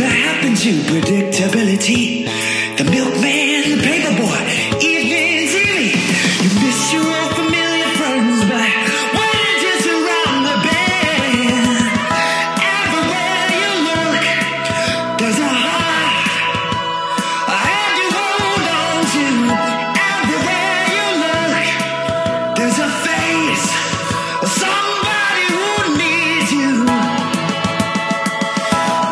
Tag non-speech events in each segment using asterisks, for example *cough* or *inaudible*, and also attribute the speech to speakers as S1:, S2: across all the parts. S1: into predictability. The milkman, the paperboy, even Jimmy. You miss your old familiar friends, but we're just around the bend. Everywhere you look, there's a heart. And you hold on to. Everywhere you look, there's a face. Somebody who needs you.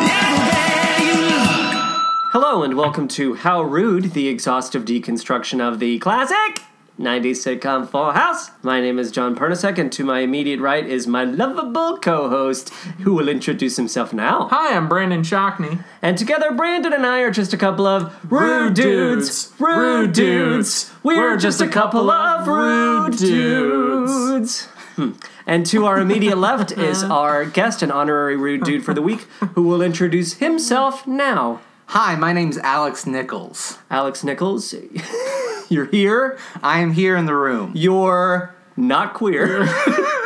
S1: Everywhere you look.
S2: Hello and welcome to How Rude, the exhaustive deconstruction of the classic 90s sitcom Full House. My name is John Pernicek, and to my immediate right is my lovable co host, who will introduce himself now.
S3: Hi, I'm Brandon Shockney.
S2: And together, Brandon and I are just a couple of rude
S3: Rude
S2: dudes.
S3: dudes.
S2: Rude
S3: Rude
S2: dudes.
S3: dudes.
S2: We're just a couple of rude dudes. Hmm. And to our immediate left *laughs* is our guest and honorary rude dude for the week, who will introduce himself now.
S4: Hi, my name's Alex Nichols.
S2: Alex Nichols, *laughs* you're here.
S4: I am here in the room.
S2: You're not queer.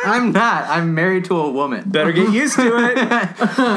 S4: I'm not. I'm married to a woman.
S2: Better get used to it.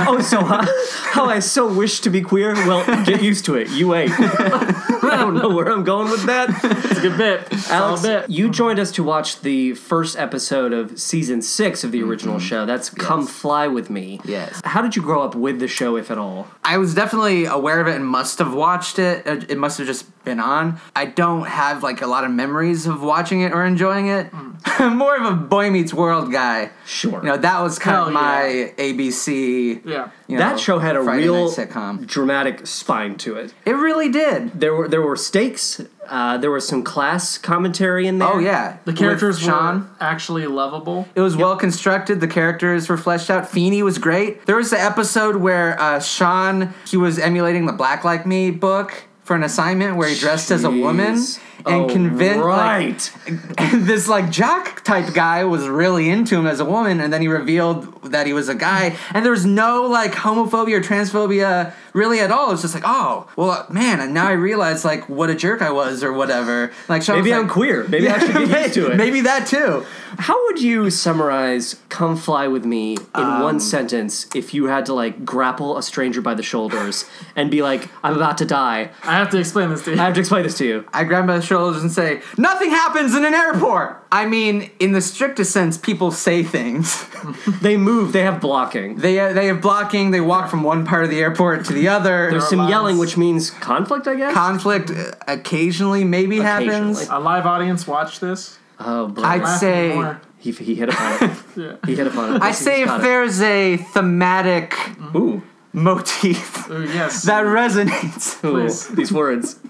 S2: oh, so uh, how I so wish to be queer. Well, get used to it. You wait. I don't know where I'm going with that.
S3: It's a good bit.
S2: Alex,
S3: Solid bit.
S2: you joined us to watch the first episode of season six of the original show. That's Come Fly With Me.
S4: Yes.
S2: How did you grow up with the show, if at all?
S4: I was definitely aware of it and must have watched it. Uh, It must have just been on. I don't have like a lot of memories of watching it or enjoying it.
S3: Hmm.
S4: I'm *laughs* more of a Boy Meets World guy.
S2: Sure.
S4: You know, that was kind
S3: Hell
S4: of
S3: yeah.
S4: my ABC.
S3: Yeah.
S4: you know,
S2: that show had a
S4: Friday
S2: real
S4: night sitcom.
S2: dramatic spine to it.
S4: It really did.
S2: There were there were stakes. Uh, there was some class commentary in there.
S4: Oh yeah.
S3: The characters
S4: With Sean.
S3: were actually lovable.
S4: It was well constructed. The characters were fleshed out. Feeney was great. There was the episode where uh, Sean he was emulating the Black Like Me book for an assignment where he dressed as a woman
S2: Jeez.
S4: and
S2: Oh,
S4: convinced
S2: right.
S4: *laughs* this like jock type guy was really into him as a woman, and then he revealed that he was a guy. And there was no like homophobia or transphobia really at all. It's just like, oh, well, man, and now I realize like what a jerk I was or whatever. Like Sean
S2: Maybe
S4: was
S2: I'm
S4: like-
S2: queer. Maybe I should get used to it.
S4: *laughs* Maybe that too.
S2: How would you summarize "Come Fly with Me" in one sentence if you had to like grapple a stranger by the shoulders and be like, "I'm about to die.
S3: I have to explain this to you.
S2: I have to explain this to you."
S4: I grab my shoulders and say, Nothing happens in an airport! I mean, in the strictest sense, people say things. *laughs*
S2: They move. They have blocking.
S4: they, they have blocking, they walk from one part of the airport to the other.
S2: There's some
S3: lines.
S2: yelling, which means conflict, I guess.
S4: Conflict uh, occasionally maybe happens.
S2: Occasionally.
S3: A live audience watch this.
S2: oh, bro.
S4: I'd
S3: Laugh
S4: say-
S3: anymore.
S2: he, he hit upon *laughs* it.
S3: Yeah.
S2: He hit upon it. Mm-hmm.
S4: I say if there's a thematic
S2: Ooh,
S4: motif
S2: Mm-hmm.
S3: Ooh, Uh, yes.
S4: that resonates,
S2: ooh,
S3: Please.
S2: these words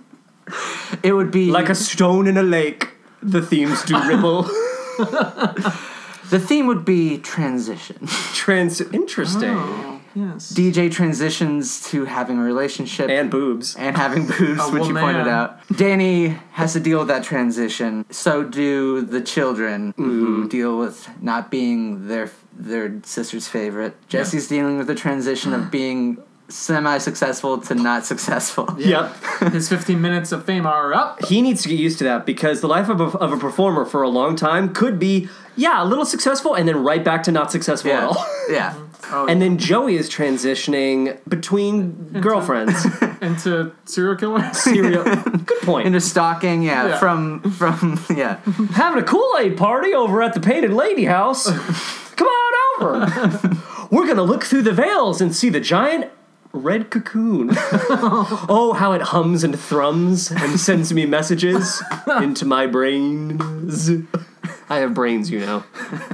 S4: it would be
S2: like a stone in a lake. The themes do *laughs* ripple.
S4: the theme would be transition.
S2: Trans. Interesting.
S3: yes.
S4: DJ transitions to having a relationship.
S2: And boobs.
S4: and having boobs,
S3: Oh,
S4: which
S3: well,
S4: you pointed
S3: man.
S4: out. Danny has to deal with that transition. So do the children who deal with not being their their sister's favorite. Jesse's dealing with the transition
S2: *sighs*
S4: of being semi successful to not successful.
S2: Yep.
S3: His 15 minutes of fame are up.
S2: he needs to get used to that because the life of a, of a performer for a long time could be yeah a little successful and then right back to not successful at
S4: Yeah.
S2: all *laughs*
S4: yeah.
S2: Mm-hmm.
S3: Oh,
S2: and then joey is transitioning between girlfriends
S3: into serial killers.
S2: Serial- good point
S4: Into stalking, yeah,
S3: Yeah.
S4: From from *laughs* yeah.
S2: having a kool-aid party over at the painted lady *laughs* house come on over we're gonna look through the veils and see the giant red *laughs* cocoon oh how it hums and thrums and sends me messages into my brains i have brains you know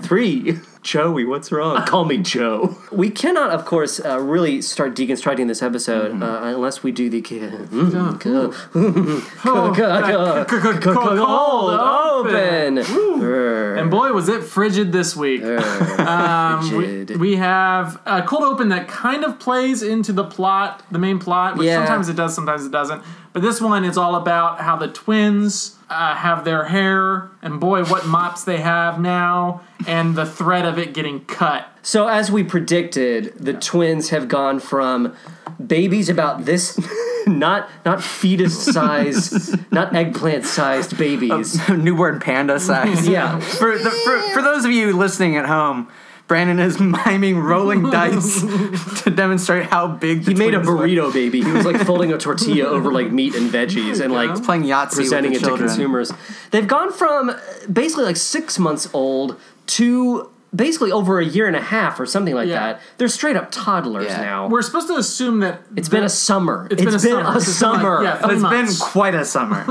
S2: three joey what's wrong *laughs* call me joe we cannot of course uh, really start deconstructing this episode uh, unless we do the Oh, *laughs* cold open Brr.
S3: And boy, was it frigid this week. Um, we,
S2: Frigid.
S3: we have a cold open that kind of plays into the plot, the main plot, which
S4: Yeah.
S3: sometimes it does, sometimes it doesn't. But this one is all about how the twins uh, have their hair, and boy, what *laughs* mops they have now, and the threat of it getting cut.
S2: So as we predicted, the twins have gone from babies about this *laughs* not not fetus size, not eggplant sized babies.
S4: Newborn panda size. *laughs*
S2: Yeah.
S4: For, the, for for those of you listening at home, Brandon is *laughs* miming rolling
S2: *laughs*
S4: dice to demonstrate how big the
S2: He made a
S4: twins were.
S2: burrito baby. He was like folding a tortilla over like meat and veggies and like
S4: Playing Yahtzee
S2: presenting
S4: with
S2: it to
S4: the children.
S2: consumers. They've gone from uh, basically like six months old to basically over a year and a half or something like
S3: Yeah.
S2: that. They're straight up toddlers
S4: Yeah.
S2: now.
S3: We're supposed to assume that
S2: it's been a summer. it's been a summer.
S3: It's been like, yeah, three
S4: It's been
S3: months.
S4: quite a summer.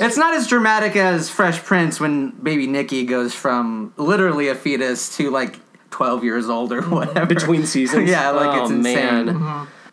S4: it's not as dramatic as Fresh Prince when baby Nikki goes from literally a fetus to like 12 years old or
S2: *laughs*
S4: whatever.
S2: Between seasons.
S4: *laughs* Yeah, like,
S2: oh,
S4: it's insane.
S2: Man.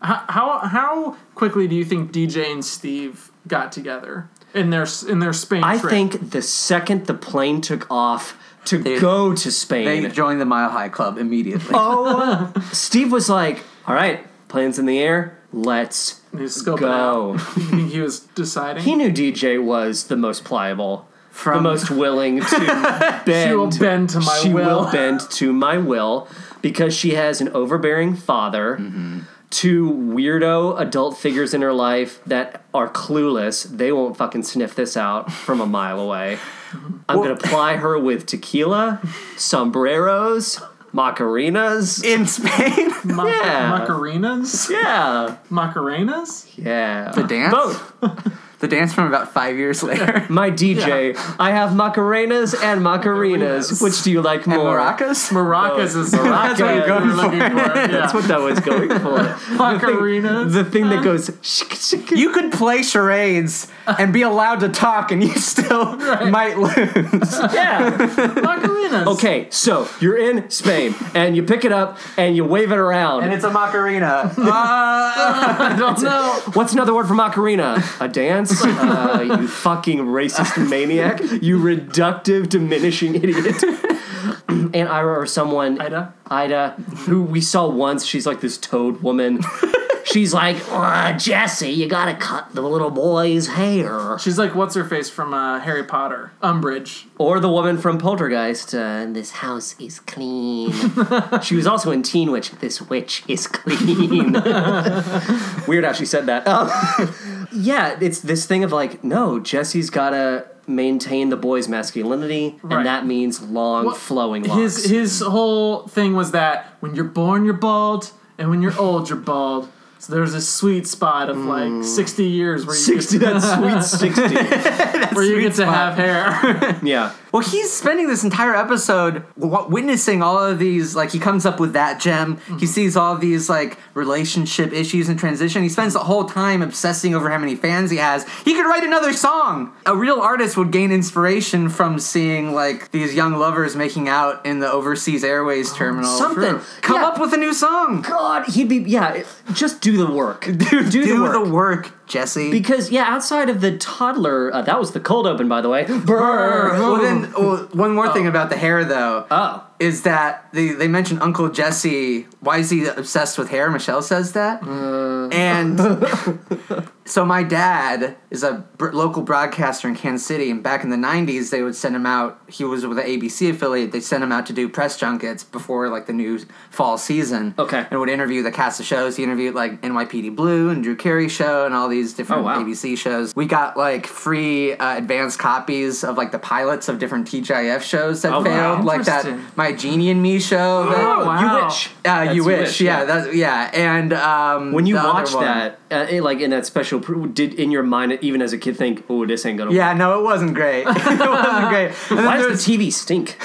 S3: How- how how quickly do you think DJ and Steve got together in their in their Spain
S2: I
S3: trip?
S2: think the second the plane took off to go to Spain,
S4: They joined the Mile High Club immediately.
S2: *laughs* oh, Steve was like, "All right, plane's in the air. Let's
S3: He's scoping
S2: go."
S3: out. *laughs* You think he was deciding?
S2: He knew DJ was the most pliable, the most willing *laughs* to bend.
S3: she will bend to my
S2: She
S3: will. *laughs*
S2: will *laughs* bend to my will because she has an overbearing father,
S4: Mm-hmm.
S2: two weirdo adult figures in her life that are clueless. They won't fucking sniff this out from a mile away. I'm gonna ply her with tequila, sombreros, macarinas.
S4: In Spain?
S3: Ma-
S2: Yeah.
S3: Macarenas?
S2: Yeah,
S3: Macarenas?
S2: yeah.
S4: The dance?
S2: Both.
S4: *laughs* the dance from about five years later.
S2: My DJ, I have Macarenas and Macarinas.
S3: Macarinas.
S2: Which do you like
S4: And
S2: more?
S4: Maracas?
S3: Maracas is the
S2: That's what
S3: rocket
S2: you're going
S3: we're looking for. Yeah.
S2: That's what that was going
S4: *laughs*
S2: for.
S3: Macarenas.
S2: The thing that goes shik, shik.
S4: You could play charades and be allowed to talk and you *laughs* still might lose.
S2: Yeah.
S3: Macarenas.
S2: Okay, so you're in Spain and you pick it up and you wave it around.
S4: And it's a *laughs* Macarena.
S3: I don't know.
S2: What's another word for Macarena? A
S4: *laughs*
S2: dance? uh, you fucking racist maniac. You reductive, diminishing
S4: *laughs*
S2: idiot. and Ira or someone.
S3: Ida.
S2: Ida, who we saw once. She's like this toad
S4: *laughs*
S2: woman. She's like, uh, Jesse, you gotta cut the little boy's hair.
S3: She's like, what's her face from uh, Harry Potter? Umbridge.
S2: Or the woman from Poltergeist, uh, this house is *laughs* clean. she was also in Teen Witch, this witch is clean. *laughs* Weird how she said that. Um, *laughs* yeah, it's this thing of like, no, Jesse's gotta maintain the boy's masculinity,
S3: Right.
S2: and that means long, flowing locks.
S3: His his whole thing was that when you're born you're bald, and when you're old you're bald. So there's a sweet spot of
S2: Hmm.
S3: like 60 years where you
S2: 60, *laughs*
S3: get,
S2: that sweet 60.
S3: where you get to have hair. *laughs*
S2: Yeah.
S4: Well, he's spending this entire episode w- witnessing all of these. Like, he comes up with that gem. He sees all of these like relationship issues and transition. He spends the whole time obsessing over how many fans he has. He could write another song. A real artist would gain inspiration from seeing like these young lovers making out in the overseas airways terminal.
S2: something.
S4: True. Come
S2: Yeah.
S4: up with a new song.
S2: God, he'd be, yeah, just do the *laughs* work. Do,
S4: Do the work, Jesse.
S2: Because, yeah, outside of the toddler, uh, that was the cold open, by the way. Brr.
S4: well, then, well, one more thing about the hair, though.
S2: Oh.
S4: is that they, they mentioned Uncle Jesse. Why is he obsessed with hair? Michelle says that.
S2: Uh. *laughs*
S4: And so my dad is a br- local broadcaster in Kansas City, and back in the 90s, they would send him out. He was with the ABC affiliate. They sent him out to do press junkets before like the new fall season.
S2: Okay.
S4: And would interview the cast of shows. He interviewed like NYPD Blue and Drew Carey show and all these different
S2: Oh, wow.
S4: ABC shows. We got like free uh, advanced copies of like the pilots of different TGIF shows that
S2: Oh, wow.
S4: failed, like
S3: Interesting.
S4: that My Genie and Me show. that-
S3: Oh, wow.
S2: You wish.
S4: Uh,
S2: That's
S4: you wish, yeah, that's yeah, and um,
S2: when you
S4: the other
S2: watch
S4: one-
S2: that, uh, it, like in that special, pr- did in your mind even as a kid think, "Oh, this ain't gonna."
S4: yeah, no, it wasn't great. *laughs* it wasn't great. And then
S2: work. Why does
S4: there's-
S2: the TV
S4: *laughs*
S2: stink?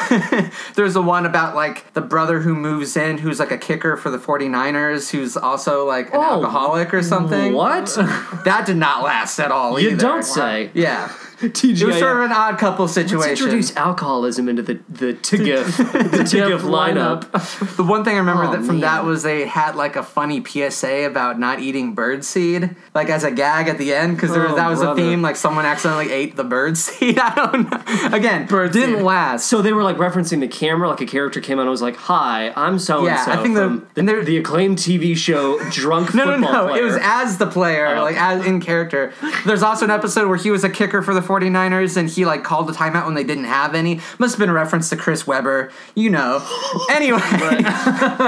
S4: There's the one about like the brother who moves in who's like a kicker for the 49ers who's also like an
S2: Oh,
S4: alcoholic or something. *laughs*
S2: what?
S4: That did not last at all
S2: You
S4: either.
S2: don't say.
S4: *laughs* Yeah. It was sort of
S2: TGIF.
S4: an odd couple
S2: Let's
S4: situation.
S2: introduce alcoholism into the the
S4: *laughs*
S2: TGIF the TGIF lineup.
S4: The one thing I remember
S2: Oh,
S4: that from that
S2: man.
S4: was they had like a funny PSA about not eating bird seed, like as a gag at the end, because
S2: Oh,
S4: that was
S2: brother.
S4: a theme. Like someone accidentally ate the bird *laughs* seed. I don't know. Again, bird didn't
S3: seed.
S4: last.
S2: So they were like referencing the camera, like a character came out and was like, "Hi, I'm so and so."
S4: Yeah, I think the-
S2: the,
S4: and they're-
S2: the acclaimed TV show Drunk
S4: *laughs* No, no,
S2: Football
S4: no. It was
S2: Player.
S4: as the player,
S2: Oh.
S4: like as in character. There's also an episode where he was a kicker for the 49ers and he like called a timeout when they didn't have any. Must have been a reference to Chris Webber,
S2: *gasps*
S4: you know. anyway.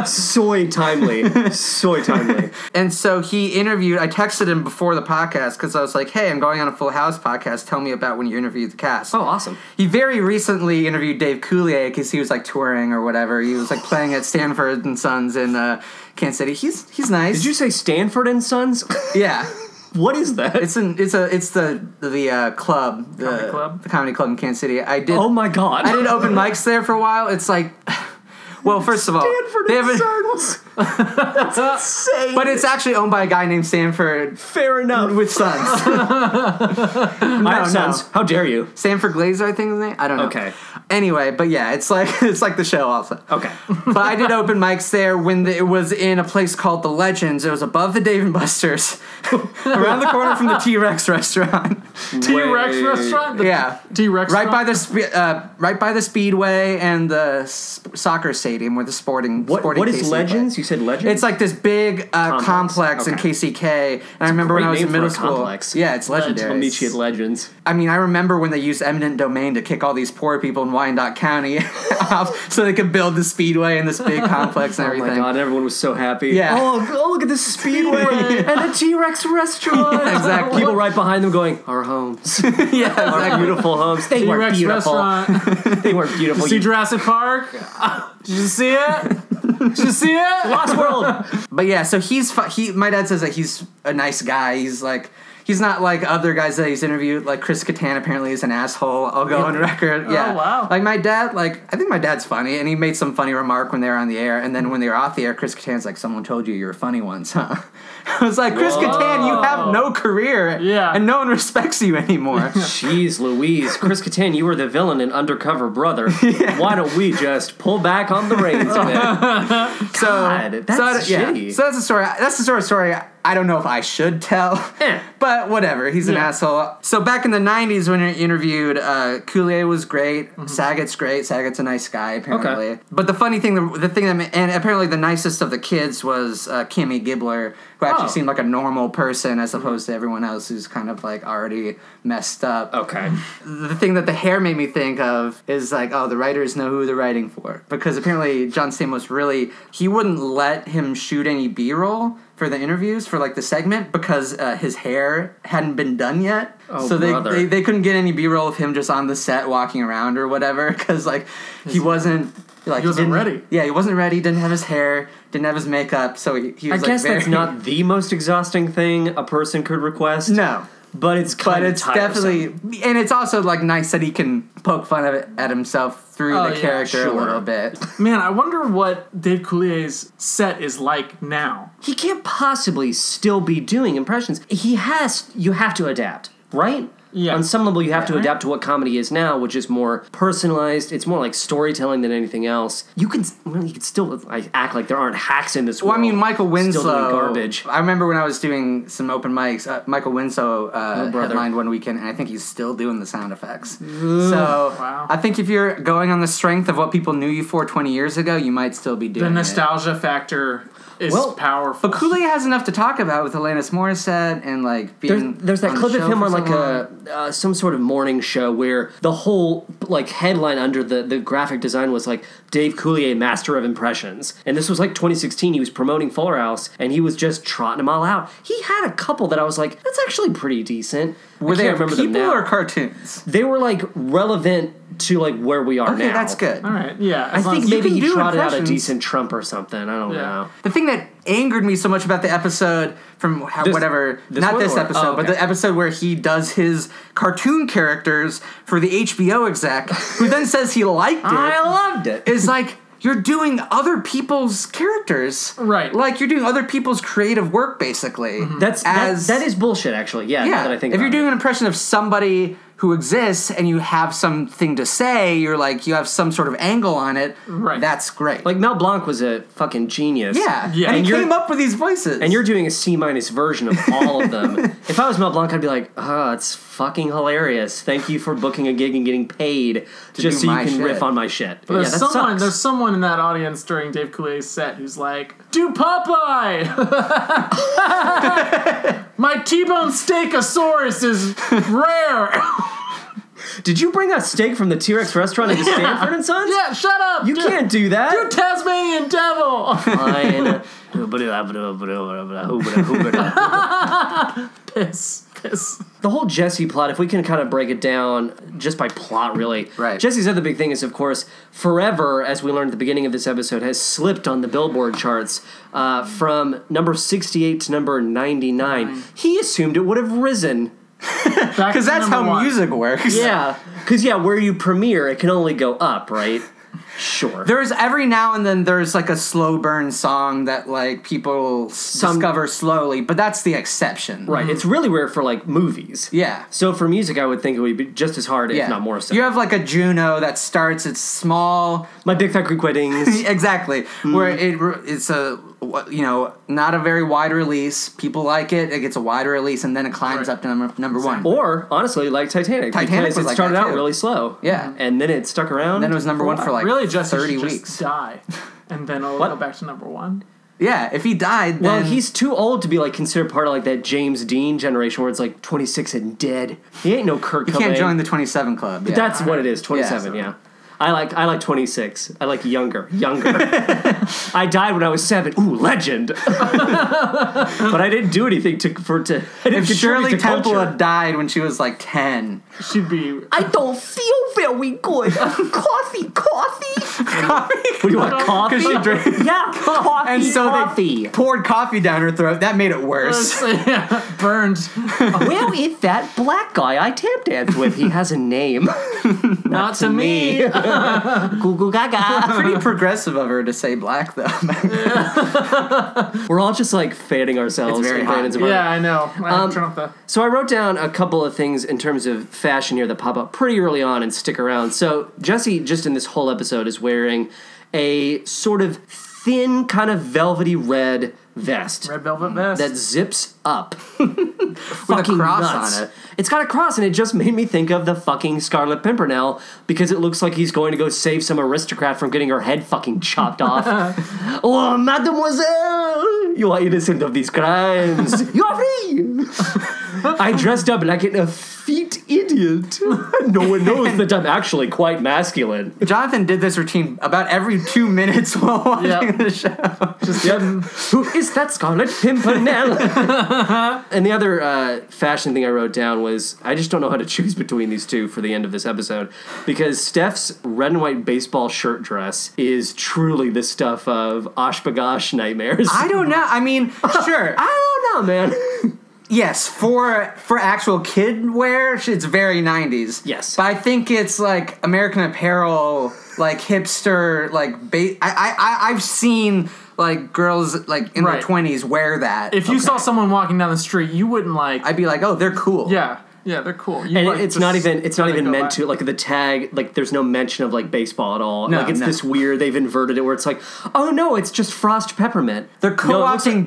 S2: Soy
S4: *laughs*
S2: timely. Soy timely.
S4: And so he interviewed. I texted him before the podcast because I was like, "Hey, I'm going on a Full House podcast. Tell me about when you interviewed the cast."
S2: Oh, awesome.
S4: He very recently interviewed Dave Coulier because he was like touring or whatever. He was like playing at Stanford and Sons in uh, Kansas City. He's he's nice.
S2: Did you say Stanford and Sons? *laughs*
S4: Yeah.
S2: what is that?
S4: It's an it's a it's the the uh, club the
S3: Comedy club?
S4: the comedy club in Kansas City. I did
S2: oh my god. *laughs*
S4: I did open mics there for a while. It's like, *sighs* well, first of all,
S2: Stanford
S4: they
S2: and
S4: haven't-
S2: Sons.
S4: *laughs*
S2: That's insane.
S4: but it's actually owned by a guy named Stanford
S2: fair enough.
S4: with Sons.
S2: I have
S4: no, no.
S2: sons. How dare you?
S4: Sanford Glazer, I think his name. I don't know.
S2: Okay. Oh.
S4: Anyway, but yeah, it's like *laughs* it's like the show also.
S2: Okay.
S4: *laughs* but I did open mics there when the, it was in a place called the Legends. It was above the Dave and Buster's, *laughs* around the
S2: *laughs*
S4: corner from the T Rex restaurant.
S3: T Rex
S2: Wait.
S3: restaurant. The
S4: yeah.
S3: T Rex.
S4: Right by the spe- uh, right by the speedway and the s- soccer stadium where the
S2: *laughs*
S4: sporting
S2: What,
S4: sporting
S2: what
S4: KC
S2: is
S4: play.
S2: Legends? You said Legends?
S4: It's like this big uh, complex,
S2: Complex. Okay.
S4: in KCK, and I remember when
S2: great
S4: I was
S2: name
S4: in
S2: for
S4: middle
S2: a
S4: school.
S2: complex.
S4: Yeah, it's legendary.
S2: I'll meet you at Legends.
S4: I mean, I remember when they used eminent domain to kick all these poor people in Wyandotte County *laughs* off so they could build the speedway and this big complex
S2: *laughs*
S4: and
S2: Oh
S4: everything.
S2: my god, everyone was so happy.
S4: Yeah.
S2: Oh, oh look at
S4: *laughs*
S2: this speedway and a T Rex restaurant.
S4: exactly.
S2: People right behind them going, Our homes.
S4: *laughs* Yeah,
S2: *laughs* Our
S4: exactly.
S2: beautiful homes. They
S3: T
S2: were
S3: Rex
S2: beautiful. *laughs*
S3: restaurant.
S2: They were beautiful.
S3: See
S2: You
S3: Jurassic Park. Did you see it? Did you see it?
S2: Lost
S4: *laughs*
S2: World.
S4: But yeah, so he's fu- he. My dad says that he's a nice guy. He's like. He's not like other guys that he's interviewed. Like Chris Kattan apparently is an asshole. I'll go on record. Yeah.
S3: Oh, wow.
S4: Like my dad, like I think my dad's funny, and he made some funny remark when they were on the air, and then when they were off the air, Chris Kattan's like, "Someone told you you were funny once, huh?" *laughs* I was like, "Chris Kattan, you have no career,
S3: Yeah.
S4: and no one *laughs* respects
S3: *laughs*
S4: you anymore."
S2: Jeez Louise, Chris Kattan, you were the villain in Undercover
S4: *laughs*
S2: Brother. Why don't we just pull back on the reins a bit?
S4: So
S2: God, that's
S4: so I don't-
S2: shitty.
S4: So that's the story. That's the sort of story I don't know if I should tell,
S2: Eh.
S4: *laughs* but whatever. He's an
S3: Yeah.
S4: asshole. So back in the '90s, when I interviewed, uh, Coulier was great.
S2: Mm-hmm.
S4: Saget's great. Saget's a nice guy, apparently. But the funny thing, the, the thing that, ma- and apparently the nicest of the kids was uh, Kimmy Gibbler, who actually
S3: Oh.
S4: seemed like a normal person as
S2: Mm-hmm.
S4: opposed to everyone else who's kind of like already messed up
S2: Okay.
S4: the thing that the hair made me think of is like, oh, the writers know who they're writing for because apparently John Stamos really he wouldn't let him shoot any B roll for the interviews for like the segment because uh, his hair hadn't been done yet,
S2: Oh,
S4: so they,
S2: brother.
S4: they they couldn't get any B roll of him just on the set walking around or whatever *laughs* because like he wasn't. Like,
S3: He wasn't
S4: didn't-
S3: ready.
S4: Yeah, he wasn't ready. Didn't have his hair. Didn't have his makeup. So he, he
S2: I
S4: was like
S2: guess that's
S4: very-
S2: not the most exhausting thing a person could request.
S4: *laughs* no.
S2: But it's kind
S4: but
S2: of
S4: it's definitely and it's also like nice that he can poke fun of it at himself through
S3: Oh,
S4: the
S3: yeah,
S4: character
S2: sure.
S4: a little bit.
S3: Man, I wonder what Dave Coulier's set is like now.
S2: he can't possibly still be doing impressions. He has you have to adapt, right?
S3: Yeah.
S2: On some level you have to
S3: Yeah.
S2: adapt to what comedy is now, which is more personalized. It's more like storytelling than anything else. You can well, you can still like, act like there aren't hacks in this
S4: Well,
S2: world.
S4: I mean, Michael Winslow.
S2: Still doing garbage.
S4: I remember when I was doing some open mics, uh, Michael Winslow uh,
S2: brother.
S4: headlined one weekend, and I think he's still doing the sound effects. so
S3: Wow.
S4: I think if you're going on the strength of what people knew you for 20 years ago, you might still be doing
S3: The
S4: it.
S3: nostalgia factor is
S2: Well,
S3: powerful.
S4: But Cooley has enough to talk about with Alanis Morissette and like
S2: There's,
S4: being.
S2: there's that
S4: Mm. on the
S2: clip of
S4: show
S2: him
S4: for
S2: on
S4: so
S2: like
S4: long.
S2: a uh, some sort of morning show where the whole like headline under the, the graphic design was like Dave Coulier, master of impressions, and this was like 2016. He was promoting Fuller House, and he was just trotting them all out. He had a couple that I was like, that's actually pretty decent.
S4: Were
S2: I
S4: they
S2: can't remember them
S4: people
S2: now.
S4: or cartoons?
S2: they were like relevant to like where we are
S4: Okay,
S2: now.
S4: that's good.
S3: All right, yeah.
S2: I
S3: as long
S2: think
S3: as you
S2: maybe
S4: can
S2: he
S4: do
S2: trotted out a
S4: impressions.
S2: decent Trump or something. I don't
S3: Yeah.
S2: know.
S4: The thing that angered me so much about the episode from how,
S2: This-
S4: whatever,
S2: this
S4: not
S2: one
S4: this
S2: or-
S4: episode,
S2: oh,
S4: but
S2: okay.
S4: the episode where he does his cartoon characters for the HBO exec, who then says he liked it,
S2: loved it.
S4: is like, you're doing other people's characters.
S3: Right.
S4: Like, you're doing other people's creative work, basically.
S2: Mm-hmm. That's that-
S4: As-
S2: that is bullshit. Actually, yeah.
S4: Yeah.
S2: Now that I think
S4: if
S2: about
S4: you're
S2: it.
S4: doing an impression of somebody who exists and you have something to say, you're like, you have some sort of angle on it,
S3: Right.
S4: that's great.
S2: Like Mel Blanc was a fucking genius.
S4: yeah.
S3: Yeah.
S4: And,
S3: And
S4: he
S2: you're-
S4: came up with these voices.
S2: And you're doing a C minus version of all of them. if I was Mel Blanc, I'd be like, "Ah, it's fucking hilarious. Thank you for booking a gig and getting paid just
S4: do
S2: so you
S4: my
S2: can
S4: shit."
S2: riff on my shit." Yeah,
S3: There's
S2: that
S3: someone.
S2: sucks.
S3: There's someone in that audience during Dave Coulier's set who's like, "Do Popeye." *laughs* My T-bone steakosaurus is rare. *laughs*
S2: Did you bring that steak from the T Rex restaurant into Stanford and Sons?
S3: Yeah, shut up.
S2: You
S3: dude.
S2: can't do that. *laughs*
S3: You Tasmanian devil. *laughs*
S2: Fine. the
S3: piss, piss.
S2: whole Jesse plot, if we can kind of break it down just by plot, really.
S4: Right.
S2: Jesse's other big thing is, of course, forever, as we learned at the beginning of this episode, has slipped on the Billboard charts uh, from number 68 to number 99. He assumed it would have risen.
S3: Because
S4: Because that's how music works. *laughs*
S2: *laughs* Yeah. Because, yeah, where you premiere, it can only go up, right? Sure.
S4: There's every now and then there's like a slow burn song that like people s-
S2: Some-
S4: discover slowly, but that's the exception.
S2: right. It's really rare for, like, movies.
S4: Yeah.
S2: So for music, I would think it would be just as hard,
S4: Yeah.
S2: if not more so.
S4: You have like a Juno that starts. It's small, *laughs*
S2: My Big Fat Greek Weddings.
S4: exactly.
S2: Mm-hmm.
S4: Where it re- it's a wh- you know not a very wide release. People like it. It gets a wide release, and then it climbs
S3: Right.
S4: up to number number one.
S2: Or honestly, like Titanic.
S4: Titanic
S2: because it
S4: was like
S2: started
S4: that,
S2: out
S4: too.
S2: really slow.
S4: Yeah.
S2: And then it stuck around.
S4: And then it was number one for like
S3: really, Jesse
S4: thirty
S3: should just
S4: weeks.
S3: die, and then it'll
S2: What?
S3: go back to number one.
S4: Yeah, if he died,
S2: well,
S4: then
S2: he's too old to be like considered part of like that James Dean generation where it's like 26 and dead. He ain't no Kurt
S4: he
S2: Cobain.
S4: can't join the twenty-seven club. yeah.
S2: That's what it is. 27.
S4: Yeah,
S2: Yeah. I like I like 26. I like younger,
S4: *laughs*
S2: younger. I died when I was seven. Ooh, legend. *laughs* but I didn't do anything to for to. I didn't
S4: if
S2: contribute
S4: Shirley
S2: to
S4: Temple
S2: culture.
S4: had died when she was like ten,
S2: *laughs*
S3: She'd be
S2: I don't feel very
S4: *laughs*
S2: good. coffee, coffee. What do you want? Coffee?
S4: she drank-
S2: *laughs* yeah, coffee.
S4: and so
S2: coffee.
S4: they *laughs* poured coffee down her throat, that made it *laughs* worse.
S3: yeah, *laughs* burned.
S2: Where is that black guy I tap danced with? He has a name. *laughs*
S3: Not to me.
S2: Goo goo gaga.
S4: Pretty progressive of her to say black though. *laughs*
S2: We're all just like fanning ourselves.
S4: It's very
S2: in
S4: hot.
S2: Brandon's apartment.
S3: Yeah, I know. I
S2: Um,
S3: have to turn off the.
S2: So I wrote down a couple of things in terms of fashion here that pop up pretty early on and stick around. So Jesse, just in this whole episode, is wearing a sort of thin, kind of velvety red vest.
S3: Red velvet vest.
S2: that zips *laughs* up. fucking
S4: cross
S2: nuts.
S4: on it.
S2: It's got a cross, and it just made me think of the fucking Scarlet Pimpernel because it looks like he's going to go save some aristocrat from getting her head fucking chopped *laughs* off. oh, mademoiselle, you are innocent of these crimes. *laughs* you are free. I dressed up like an effete *laughs* idiot. no one knows that I'm actually quite masculine.
S4: Jonathan did this routine about every two minutes *laughs* while watching
S3: Yeah.
S4: the show.
S2: Yep. *laughs* Who is that Scarlet Pimpernel? *laughs* and the other uh, fashion thing I wrote down was I just don't know how to choose between these two for the end of this episode because Steph's red and white baseball shirt dress is truly the stuff of Oshbagosh nightmares.
S4: I don't know. I *laughs* mean, sure.
S2: I don't know, man.
S4: yes, for for actual kid wear, it's very 90s.
S2: Yes.
S4: But I think it's like American Apparel, like hipster, like ba- I, I I I've seen like girls like in
S3: Right.
S4: their 20s wear that.
S3: if you saw someone walking down the street, you wouldn't like.
S4: I'd be like, "Oh, they're cool."
S3: yeah, yeah, they're cool.
S2: *laughs*
S3: You
S2: And
S3: like
S2: it- it's
S3: just
S2: not even it's not
S3: let it
S2: even
S3: go
S2: meant
S3: by.
S2: to like the tag like there's no mention of like baseball at all.
S4: No,
S2: like it's
S4: no.
S2: this weird they've inverted it where it's like, oh no, it's just frost peppermint.
S4: They're
S2: No, it looks
S4: co-opting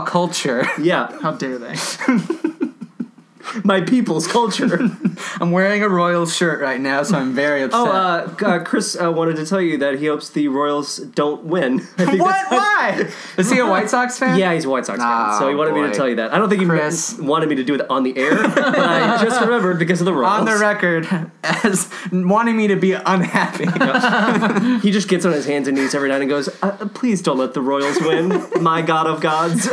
S2: *laughs*
S4: culture.
S2: Yeah.
S4: *laughs*
S3: How dare they?
S2: My people's
S4: *laughs*
S2: culture.
S4: I'm wearing a royal shirt right now, so I'm very upset.
S2: Oh, uh, g- uh, Chris uh, wanted to tell you that he hopes the Royals don't win. *laughs* I think
S4: *laughs* what?
S2: that's-
S4: Why? Is he a White Sox fan?
S2: Yeah, he's a White Sox fan, so he
S4: Oh,
S2: wanted me to
S4: boy.
S2: tell you that. I don't think he
S4: Chris.
S2: m- wanted me to do it on the air, but
S4: *laughs*
S2: I just remembered because of the Royals.
S4: On the record, as wanting me to
S2: *laughs*
S4: be unhappy.
S2: he just gets on his hands and knees every night and goes, uh, "Please don't let the Royals win, my God of gods."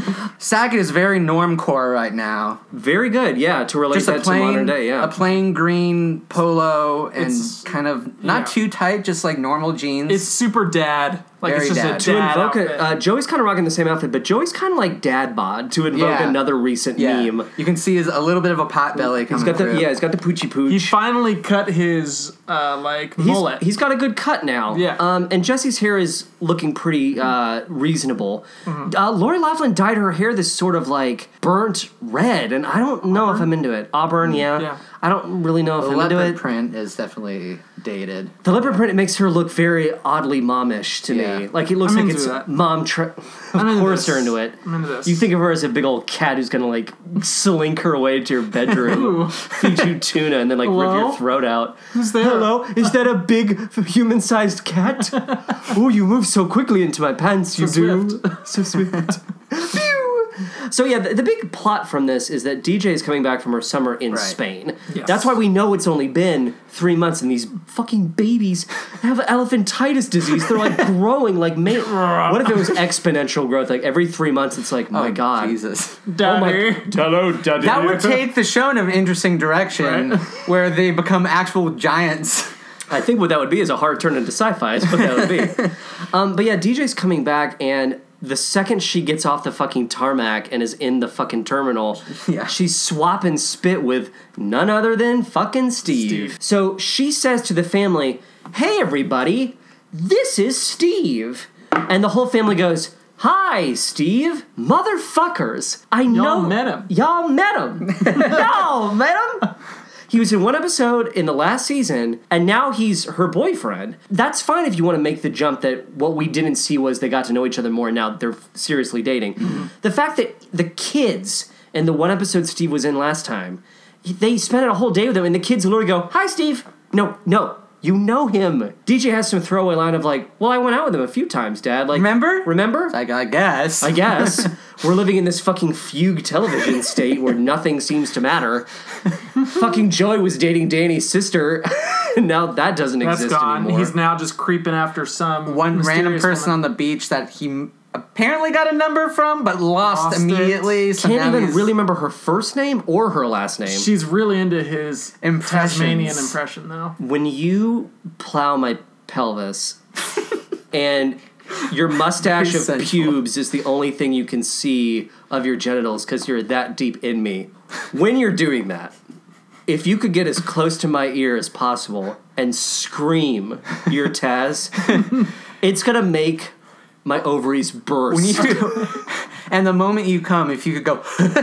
S4: *laughs* Sackett is very normcore right now.
S2: Very good, yeah. To relate
S4: Just a
S2: that to modern
S4: plain,
S2: day, yeah.
S4: a plain green polo and
S3: It's-
S4: kind of not
S3: yeah.
S4: too tight, just like normal jeans.
S3: It's super dad. Like
S4: Very
S3: it's just
S4: dad.
S3: a
S2: to
S3: dad
S2: invoke
S3: outfit.
S2: a, uh, Joey's kind of rocking the same outfit, but Joey's kind of like dad bod to invoke
S4: Yeah.
S2: another recent
S4: yeah.
S2: meme.
S4: You can see is a little bit of a pot belly coming
S2: He's got the
S4: through.
S2: yeah, he's got the poochie pooch.
S3: he finally cut his uh, like
S2: He's-
S3: mullet.
S2: he's got a good cut now.
S3: Yeah.
S2: Um, and Jesse's hair is looking pretty uh, reasonable.
S3: Mm-hmm.
S2: Uh, Lori Laughlin dyed her hair this sort of like burnt red, and I don't know if I'm into it. Auburn, yeah.
S3: Mm, Yeah.
S2: I don't really know if
S4: The
S2: I'm into
S4: leopard
S2: it.
S4: print is definitely dated.
S2: The leopard print it makes her look very oddly momish to me.
S4: Yeah.
S2: Like it looks
S3: I'm
S2: like
S3: into
S2: it's
S3: that.
S2: mom. Tra- *laughs*
S3: I'm
S2: of
S3: into
S2: course,
S3: this.
S2: you're into it.
S3: I'm into this.
S2: You think of her as a big old cat who's gonna like slink her way to your bedroom, feed you tuna, and then like rip your
S3: Hello?
S2: throat out.
S3: Who's there?
S2: Hello, is that a big human sized
S3: *laughs*
S2: cat? *laughs* oh, you move so quickly into my pants, you do. So swift. Pew! So yeah, the, the big plot from this is that DJ is coming back from her summer in Spain.
S3: Yes.
S2: That's why we know it's only been three months, and these fucking babies have elephantitis disease. They're like *laughs* growing like man. What if it was exponential growth? Like every three months, it's like my god.
S4: Jesus.
S2: Oh my-
S3: Daddy.
S2: Hello, daddy.
S4: That would take the show in an interesting direction *laughs* where they become actual giants.
S2: I think what that would be is a hard turn into sci-fi. Is what that would be.
S3: *laughs*
S2: um, but yeah, DJ's coming back, and the second she gets off the fucking tarmac and is in the fucking
S3: *laughs*
S2: terminal,
S4: Yeah.
S2: she's swapping spit with none other than fucking Steve.
S3: Steve.
S2: So she says to the family, "Hey, everybody, this is Steve," and the whole family goes. Hi, Steve. Motherfuckers. I know.
S3: met him.
S2: Y'all met
S3: *laughs*
S2: him. y'all met him. He was in one episode in the last season, and now he's her boyfriend. That's fine if you want to make the jump that what we didn't see was they got to know each other more, and now they're seriously dating. The fact that the kids in the one episode Steve was in last time, they spent a whole day with him, and the kids literally go, "Hi, Steve." No, no. You know him. DJ has some throwaway line of like, "Well, I went out with him a few times, Dad." Like,
S4: Remember?
S2: Remember?
S4: Like, I guess.
S2: I guess. We're living in this fucking fugue television state where nothing seems to matter. fucking Joey was dating Danny's sister. *laughs* and now that doesn't
S3: That's
S2: exist
S3: gone.
S2: anymore.
S3: He's now just creeping after some
S4: One random
S3: mysterious
S4: person
S3: woman.
S4: on the beach that he m- apparently got a number from but lost,
S3: Lost it.
S4: immediately. so
S2: Can't
S4: now
S2: even
S4: he's-
S2: really remember her first name or her last name.
S3: She's really into his
S4: Impressions.
S3: Tasmanian impression, though.
S2: when you plow my pelvis and your mustache
S4: Very
S2: of
S4: sensual.
S2: pubes is the only thing you can see of your genitals because you're that deep in me. When you're doing that, if you could get as close to my ear as possible and scream your Taz, it's gonna make my ovaries burst.
S4: *laughs* and the moment you come, if you could go, *laughs* like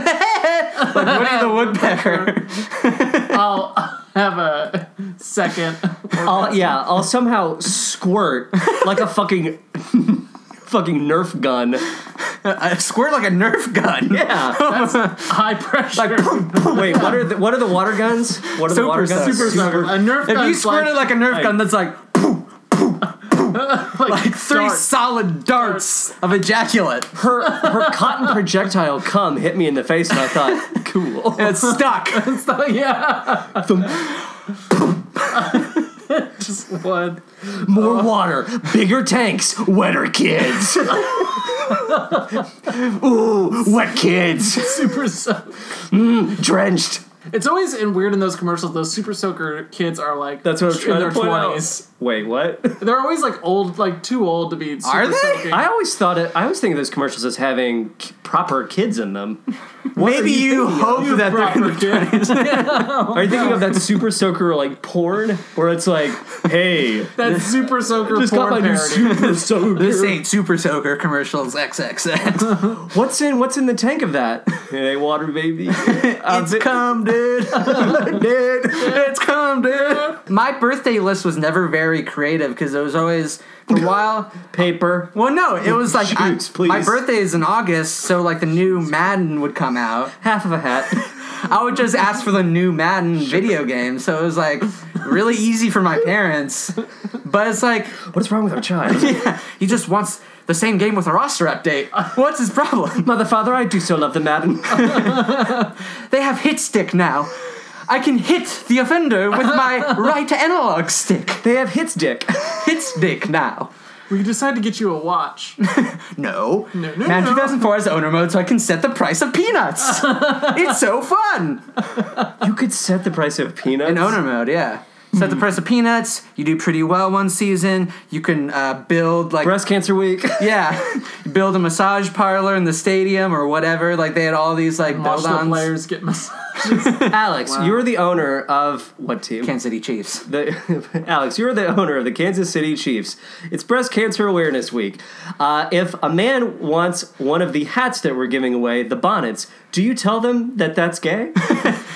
S4: Woody the Woodpecker. *laughs*
S3: I'll have a second.
S2: I'll, yeah, I'll somehow squirt like a fucking *laughs* fucking Nerf gun.
S4: I squirt like a Nerf gun.
S2: Yeah. *laughs*
S3: High pressure.
S4: Like, boom, boom.
S2: Wait, what are the what are the water guns? What are the
S4: Super
S2: water guns?
S3: super
S4: sucker.
S3: sucker. A Nerf
S4: If you
S3: gun's
S4: squirt it like a Nerf gun, that's like
S3: like,
S4: three
S3: darts.
S4: solid darts of ejaculate.
S2: Her her cotton projectile cum hit me in the face, and I thought, *laughs* cool.
S4: And it's stuck.
S3: *laughs* yeah. *laughs* Just one.
S2: More water, bigger tanks, wetter *laughs* kids. Ooh, wet kids,
S3: Super soaker.
S2: drenched.
S3: It's always in weird in those commercials. Those super soaker kids are like
S2: That's what I'm
S3: in
S2: trying
S3: their
S2: to point out.
S3: 20s.
S2: Wait, what?
S3: They're always like old, like too old to be. Super
S4: Are they?
S2: *laughs*
S3: soaking.
S2: I always thought it. I always think of those commercials as having k- proper kids in *laughs* them.
S4: Maybe you, hope that they're
S3: Proper kid.
S2: Are you thinking of that super soaker like porn, where it's like, hey,
S3: That super soaker
S2: just got
S3: porn
S2: my new *laughs*
S3: parody.
S2: super soaker.
S4: This ain't Super Soaker commercials *laughs* XXX.
S2: What's in What's in the tank of that? Hey, water *laughs* baby.
S4: it's come, dude. dude. It's come, dude. My birthday list was never very creative because it was always, for *laughs* a while,
S2: Paper.
S4: well, no, it was like, I-
S2: Juice, please.
S4: my birthday is in August, so like the new Madden would come out.
S2: Half of a hat.
S4: I would just ask for the new *laughs* Madden video game, so it was like really easy for my parents. But it's like, *laughs*
S2: What's wrong with our child?
S4: yeah, he just wants the same game with a roster update. What's his problem?
S2: Mother, father, I do so love the Madden.
S4: They have hit stick now. I can hit the offender
S3: *laughs*
S4: with my right analog stick.
S2: They have hits dick.
S4: Hit stick now.
S3: We decided to get you a watch.
S4: No.
S3: No, no,
S4: Man,
S3: no.
S4: 2004 has owner mode, so I can set the price
S3: *laughs*
S4: of peanuts. it's so fun.
S2: You could set the price of peanuts.
S4: In owner mode, yeah. Set the
S3: Hmm.
S4: price of peanuts. You do pretty well one season. You can uh, build like
S2: Breast cancer week.
S4: yeah, You build a massage parlor in the stadium or whatever. Like they had all these like
S3: Watch
S4: build
S3: the
S4: ons.
S3: players get massaged.
S2: Alex, you're the owner of what team?
S4: Kansas City Chiefs.
S2: the, *laughs* Alex, you're the owner of the Kansas City Chiefs. It's Breast Cancer Awareness Week. Uh, if a man wants one of the hats that we're giving away, the bonnets, do you tell them that that's
S4: *laughs*
S2: gay?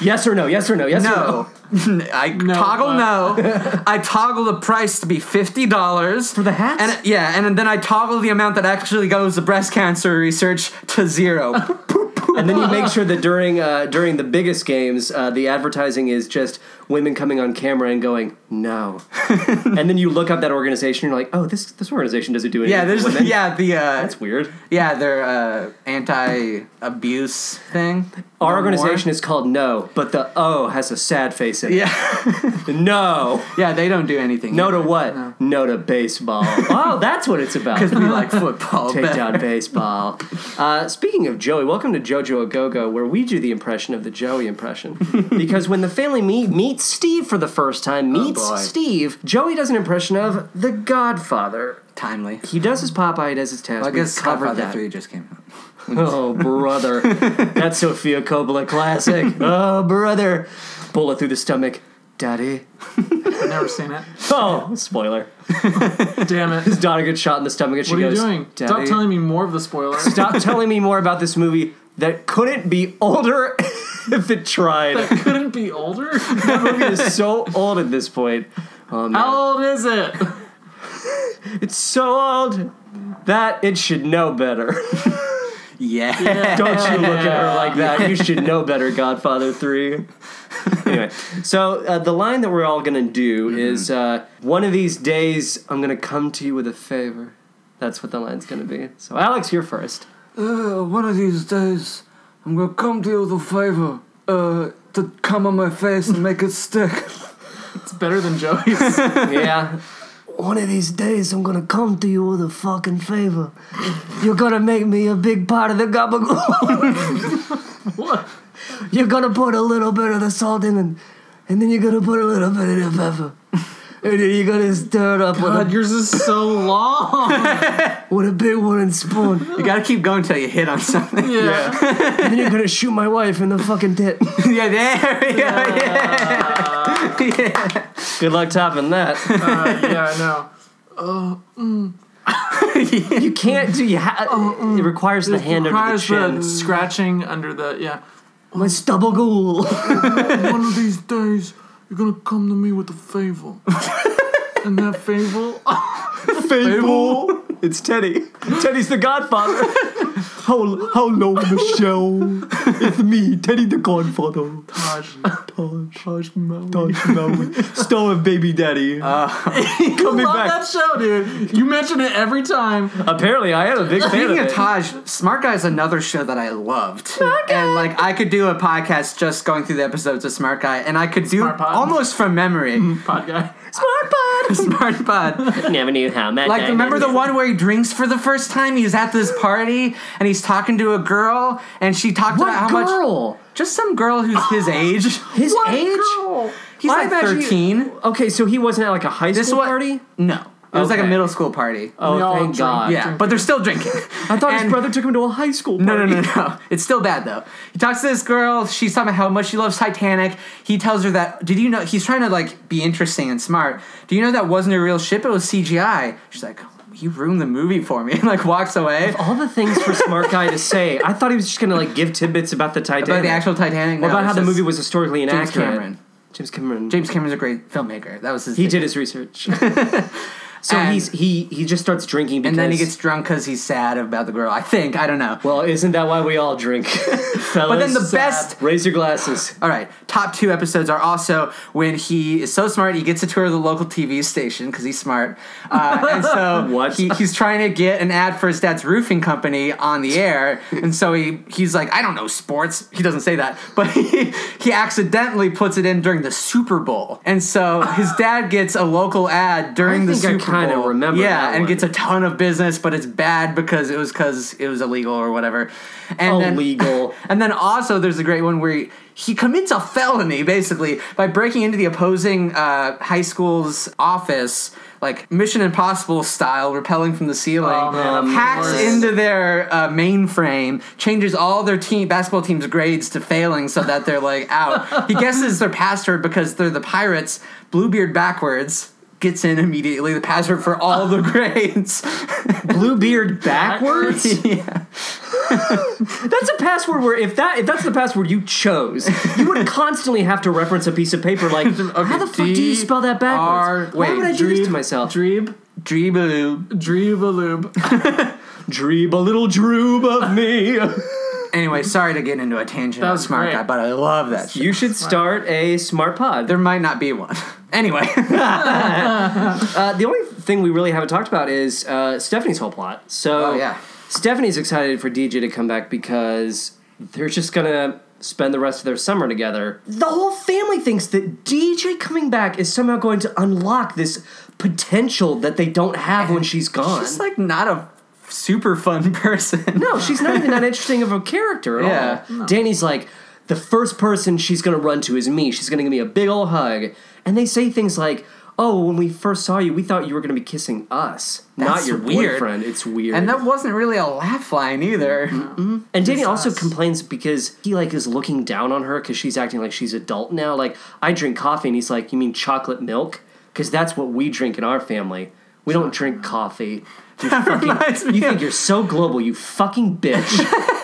S2: yes or no? Yes or no? Yes or no?
S4: No, *laughs* I toggle *laughs* no. I toggle the price to be fifty dollars for
S2: the hats?
S4: And yeah, and then I toggle the amount that actually goes to breast cancer research to *laughs* zero. *laughs*
S2: And then you make sure that during uh, during the biggest games, uh, the advertising is just women coming on camera and going,
S4: *laughs*
S2: no. and then you look up that organization, you're like, oh, this this organization doesn't do anything.
S4: Yeah, there's
S2: for women.
S4: yeah the uh,
S2: That's weird.
S4: yeah their uh, anti-abuse thing.
S2: Our
S4: No
S2: organization
S4: more.
S2: is called No, but the O has a sad face in it.
S4: *laughs* yeah
S2: No.
S4: yeah they don't do anything.
S2: No to what? No, to baseball. oh, that's what it's about.
S4: because we like football.
S2: Take
S4: better.
S2: down baseball. Uh, speaking of Joey, welcome to JoJo a Go Go, where we do the impression of the Joey impression.
S4: *laughs*
S2: because when the family meet, meets Steve for the first time, meets
S4: Oh, boy.
S2: Steve, Joey does an impression of the Godfather.
S4: timely.
S2: He does his Popeye, he does his Taz.
S4: I
S2: We've
S4: guess
S2: covered
S4: Godfather
S2: that.
S4: Three just came out.
S2: Oh, brother.
S4: *laughs*
S2: That's Sophia Coppola classic. Oh, brother. Bullet through the stomach. Daddy.
S3: I've never seen it.
S2: Oh, spoiler. *laughs*
S3: Damn it. What
S2: Donna gets shot in the stomach and she
S3: are you
S2: goes,
S3: doing? Stop
S2: "Daddy."
S3: telling me more of the spoilers.
S2: Stop telling me more about this movie that couldn't be older *laughs* if it tried.
S3: *laughs* Couldn't be older?
S2: That movie is so old at this point. Oh, man.
S3: How old is it?
S2: It's so old that it should know better. *laughs*
S4: Yeah.
S2: *laughs*
S4: *laughs*
S2: Don't you look at her like that. You should know better, Godfather 3. anyway, so uh, the line that we're all going to do is uh, one of these days I'm going to come to you with a favor. That's what the line's going to be. So, Alex, you're first.
S4: Uh, one of these days, I'm gonna come to you with a favor. Uh, to come on my face and make it stick.
S3: It's better than Joey's.
S2: yeah. *laughs* One of these days, I'm gonna come to you with a fucking favor. You're gonna make me a big part of the gabagool. *laughs*
S3: What?
S2: You're gonna put a little bit of the salt in, and, and then you're gonna put a little bit of the pepper, and then you're gonna stir it up
S3: God,
S2: with
S3: yours is so long.
S2: a, with a big wooden spoon.
S4: *laughs* You gotta keep going till you *laughs* hit on something.
S3: Yeah.
S2: *laughs* and then you're gonna shoot my wife in the fucking tit.
S4: yeah, there *laughs* we go. Yeah. yeah.
S2: Good luck topping that.
S3: Uh, yeah, I know.
S2: you can't do. You ha- it requires the hand under the
S3: Requires
S2: chin.
S3: scratching under the yeah.
S2: my stubble ghoul.
S3: One of these days, you're gonna come to me with a favor. and that favor,
S2: Fable. It's Teddy. Teddy's the *laughs* godfather. hello, hello, Michelle. It's me, Teddy the godfather.
S3: gosh,
S2: Tosh, Tosh, Tosh, Maui. Star of Baby Daddy. Uh, *laughs* Coming
S3: love
S2: back. Um,
S3: that show, dude. You mention it every time.
S2: Apparently, I am a big fan
S4: Speaking
S2: of
S4: of
S2: it.
S4: Taj, Smart Guy is another show that I loved, and like I could do a podcast just going through the episodes of Smart Guy, and I could do
S3: Smart Pod.
S4: almost from memory.
S3: Pod guy.
S2: *laughs* Smart
S4: Smart Pod.
S2: bud. Mm. *laughs* Never knew how much.
S4: Like, remember the one where he drinks for the first time? He's at this party and he's talking to a girl, and she talked about how
S2: What
S4: much.
S2: girl?
S4: Just some girl who's
S2: *gasps*
S4: his age.
S2: His
S4: What
S2: age?
S4: girl? He's
S2: I
S4: like
S2: imagine he-
S4: 13.
S2: Okay, so he wasn't at like a high
S4: This
S2: school
S4: what-
S2: party.
S4: No. It was like a
S2: Okay.
S4: middle school party.
S2: Oh,
S3: We all
S2: thank
S3: drink-
S2: God.
S4: yeah,
S3: drinking.
S4: but they're still drinking.
S2: *laughs* I thought his
S4: And-
S2: brother took him to a high school.
S4: No, no,
S2: party.
S4: no, no. *laughs* It's still bad though. He talks to this girl. She's talking about how much she loves Titanic. He tells her that. Did you know? He's trying to like be interesting and smart. Do you know that wasn't a real ship? It was CGI. She's like, you ruined the movie for me, *laughs* and like walks away.
S2: All the things for smart guy to say. I thought he was just gonna like give tidbits about the Titanic.
S4: About the actual Titanic.
S2: What
S4: no,
S2: about
S4: it's
S2: how the
S4: just-
S2: movie was historically inaccurate?
S4: James Cameron.
S2: James Cameron.
S4: James Cameron's a great filmmaker. That was his.
S2: he
S4: thing.
S2: did his research. so
S4: And-
S2: he's he he just starts drinking because
S4: And then he gets drunk because he's sad about the girl. I think. I don't know.
S2: well, isn't that why we all drink? but
S4: then the best-
S2: raise your glasses.
S4: All right. Top two episodes are also when he is so smart, he gets a tour of the local TV station because he's smart. Uh, and so
S2: *laughs* What?
S4: He, he's trying to get an ad for his dad's roofing company on the air. And so he, he's like, I don't know sports. He doesn't say that, but *laughs* he, he accidentally puts it in during the Super Bowl. And so his dad gets a local ad during
S2: I
S4: the
S2: think I
S4: Super Bowl.
S2: kinda remember
S4: Yeah,
S2: that
S4: and
S2: one.
S4: gets a ton of business, but it's bad because it was because it was illegal or whatever. And then-
S2: Illegal.
S4: *laughs* and then also, there's a great one where he, he commits a felony basically by breaking into the opposing uh, high school's office, like Mission Impossible style, rappelling from the ceiling,
S3: Oh, man, of
S4: hacks
S3: course.
S4: into their uh, mainframe, changes all their team basketball team's grades to failing so that they're like
S3: *laughs*
S4: out. he guesses their password because they're the Pirates, Bluebeard backwards. Gets in immediately the password for all the grades. *laughs*
S2: Bluebeard backwards.
S4: yeah.
S2: That's a password where if that if that's the password you chose, you would constantly have to reference a piece of paper like how the fuck do you spell that backwards?
S4: D- R-
S2: Why
S4: wait,
S2: would I do this to
S3: Dreeb-
S2: myself?
S3: Dreeb.
S4: Dreebaloo.
S3: Dreebaloob.
S2: Dreeb a little droob of me.
S4: Anyway, sorry to get into a tangent on
S3: was
S4: Smart
S3: great.
S4: Guy, but I love that. shit.
S2: You should start a smart pod.
S4: There might not be one. *laughs* anyway,
S2: Uh, the only thing we really haven't talked about is uh, Stephanie's whole plot. So
S4: Oh, yeah.
S2: Stephanie's excited for DJ to come back because they're just gonna spend the rest of their summer together. The whole family thinks that DJ coming back is somehow going to unlock this potential that they don't have when she's gone.
S4: she's like not a super fun person.
S2: no, she's not even that interesting of a character at
S4: Yeah.
S2: all. Danny's like, the first person she's gonna run to is me. She's gonna give me a big old hug. And they say things like, Oh, when we first saw you, we thought you were gonna be kissing us, not
S4: That's
S2: your
S4: weird.
S2: boyfriend. It's weird.
S4: And that wasn't really a laugh line either.
S2: And Danny also
S3: us.
S2: complains because he like is looking down on her because she's acting like she's adult now. Like I drink coffee, and he's like, "You mean chocolate milk?" Because that's what we drink in our family. We don't drink
S4: *laughs*
S2: coffee. You, fucking,
S4: Reminds me
S2: you think
S4: of-
S2: you're so global, you fucking
S4: *laughs*
S2: bitch.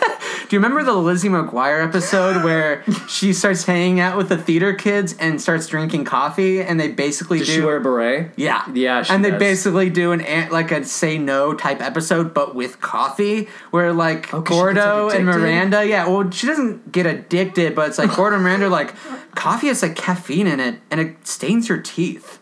S4: Do you remember the Lizzie McGuire episode
S2: *laughs*
S4: where she starts hanging out with the theater kids and starts drinking coffee, and they basically
S2: Does
S4: do
S2: she wear a beret?
S4: yeah
S2: Yeah, she
S4: and they
S2: does.
S4: basically do an an- like a say no type episode, but with coffee, where like
S2: Oh, 'cause she gets, like,
S4: Gordo and
S2: addicted?
S4: Miranda, yeah, well she doesn't get addicted, but it's like Gordo and Miranda are like coffee has like caffeine in it and it stains your teeth.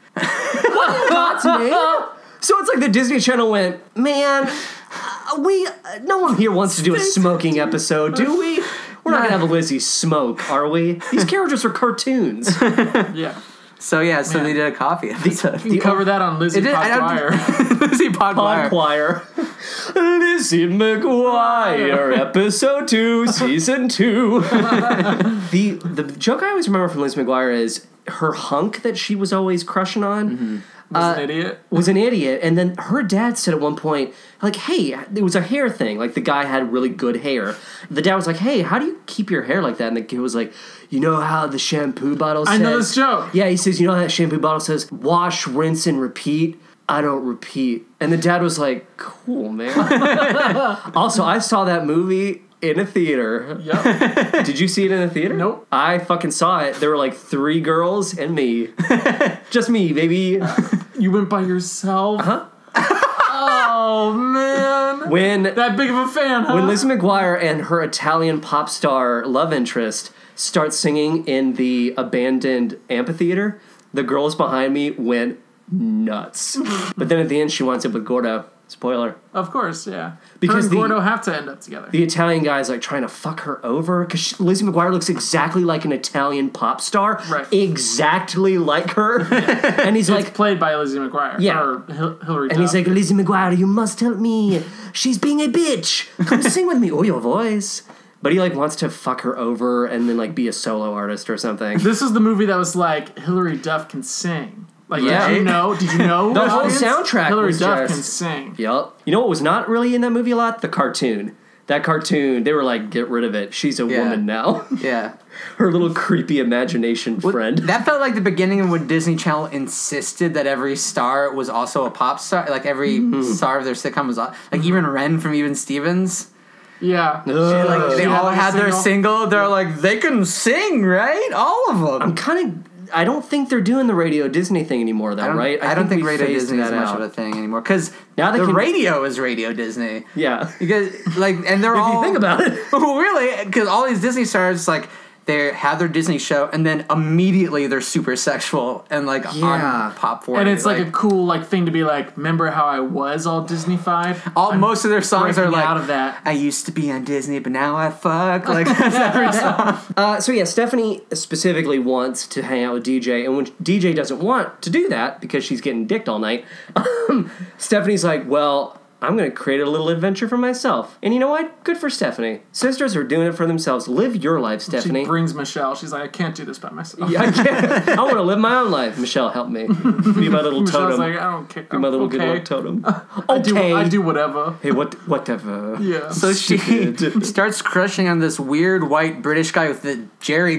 S2: So it's like the Disney Channel went, man. uh, We uh, no one here wants to do a smoking episode, do we? We're not gonna have Lizzie smoke, are we? These characters are cartoons.
S3: Yeah.
S4: So yeah, so they did a coffee episode. *laughs*
S3: You cover that on Lizzie
S4: It did- I don't-
S3: Podwire.
S4: Lizzie
S2: Pod
S4: Podwire.
S2: Choir. Lizzie McGuire, episode two, season two. the the joke I always remember from Lizzie McGuire is her hunk that she was always crushing on
S3: was an idiot.
S2: was an idiot, and then her dad said at one point, like, "Hey, it was a hair thing. Like the guy had really good hair." The dad was like, "Hey, how do you keep your hair like that?" And the kid was like, "You know how the shampoo bottle
S3: I
S2: says."
S3: know this joke.
S2: *laughs* Yeah, he says, "You know how that shampoo bottle says wash, rinse, and repeat." I don't repeat. And the dad was like, "Cool,
S3: *laughs*
S2: man." also, I saw that movie in a
S3: *laughs*
S2: theater.
S3: Yep.
S2: Did you see it in a theater?
S3: Nope.
S2: I fucking saw it. There were like three girls and
S3: *laughs*
S2: me. Just me, baby.
S3: You went by yourself.
S2: Huh?
S3: Oh man.
S2: When
S3: That big of a fan, huh?
S2: When Lizzie McGuire and her Italian pop star love interest start singing in the abandoned amphitheater, the girls behind me went nuts. but then at the end, she winds up with Gordo. Spoiler.
S3: of course, yeah.
S2: Because
S3: Her and
S2: the-
S3: Gordo have to end up together.
S2: The Italian guy's like trying to fuck her over because Lizzie McGuire looks exactly like an Italian pop star.
S3: Right.
S2: Exactly like her. and he's like,
S3: Played by Lizzie McGuire.
S2: Yeah.
S3: Or Hil- Hillary
S2: And he's like, Lizzie McGuire, you must help me. She's being a bitch. Come sing with me. Oh, your voice. But he like wants to fuck her over and then like be a solo artist or something.
S3: This is the movie that was like Hillary Duff can sing. Like,
S2: Yeah.
S3: did you know? Did
S2: *laughs*
S3: you know? the
S2: whole soundtrack
S3: Hillary
S2: was
S3: Duff
S2: just-
S3: can sing.
S2: yup. You know what was not really in that movie a lot? The cartoon. That cartoon, they were like, get rid of it. She's a
S4: Yeah.
S2: woman now. *laughs*
S4: Yeah.
S2: her little creepy imagination friend.
S4: That felt like the beginning of when Disney Channel insisted that every star was also a pop star. Like every
S2: Mm-hmm.
S4: star of their sitcom was al- like even Ren from Even Stevens.
S3: Yeah.
S2: Ugh.
S4: Like they
S3: She
S4: all
S3: had
S4: had
S3: a
S4: their
S3: single.
S4: single. They're like they can sing, right? All of them.
S2: I'm kind of. I don't think they're doing the radio Disney thing anymore, though,
S4: I don't,
S2: right?
S4: I, don't think
S2: we
S4: Radio
S2: phased
S4: Disney is much of a thing anymore because
S2: Now they
S4: the
S2: can-
S4: radio is Radio Disney.
S2: Yeah. *laughs* If
S4: Because like and they're all
S2: you think about it,
S4: well, *laughs* really because all these Disney stars like they have their Disney show and then immediately they're super sexual and like
S2: Yeah.
S4: on pop forty
S3: And it's like, a cool like thing to be like, remember how I was all Disneyfied?
S4: all most of their songs are
S3: breaking
S4: like
S3: out
S2: *laughs*
S3: of that.
S4: I used to be on Disney, but now I fuck. Like *laughs* that's every song.
S2: Uh, so yeah, Stephanie specifically wants to hang out with DJ, and when DJ doesn't want to do that because she's getting dicked all night, um, Stephanie's like, "Well, I'm going to create a little adventure for myself." And you know what? Good for Stephanie. Sisters are doing it for themselves. Live your life,
S3: She
S2: Stephanie. *laughs*
S3: brings Michelle. She's like, I can't do this by myself. *laughs*
S2: I can't. I want to live my own life. Michelle, help me. Be my little
S3: Michelle's
S2: totem.
S3: like, I don't care.
S2: Be my little
S3: okay.
S2: good luck totem. Okay.
S3: *laughs* I do, I do whatever.
S2: Hey, what? Whatever.
S3: Yeah.
S4: So she
S2: Stupid.
S4: *laughs* starts crushing on this weird white British guy with the Jerry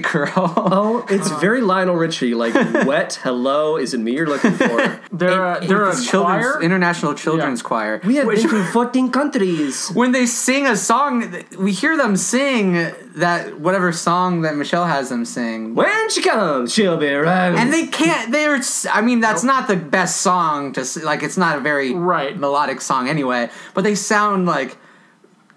S3: *laughs*
S4: curl.
S2: Oh, it's very Lionel Richie. Like, wet. Hello, is it me you're looking for?
S3: they're a, they're a
S4: Children's
S3: choir.
S4: international children's choir.
S2: We have been to 14 countries.
S4: when they sing a song, th- we hear them sing that whatever song that Michelle has them sing.
S2: When she comes, she'll be around.
S4: And they can't. They're. s- I mean, that's not the best song to s- like. It's not a very
S3: Right.
S4: melodic song anyway. But they sound like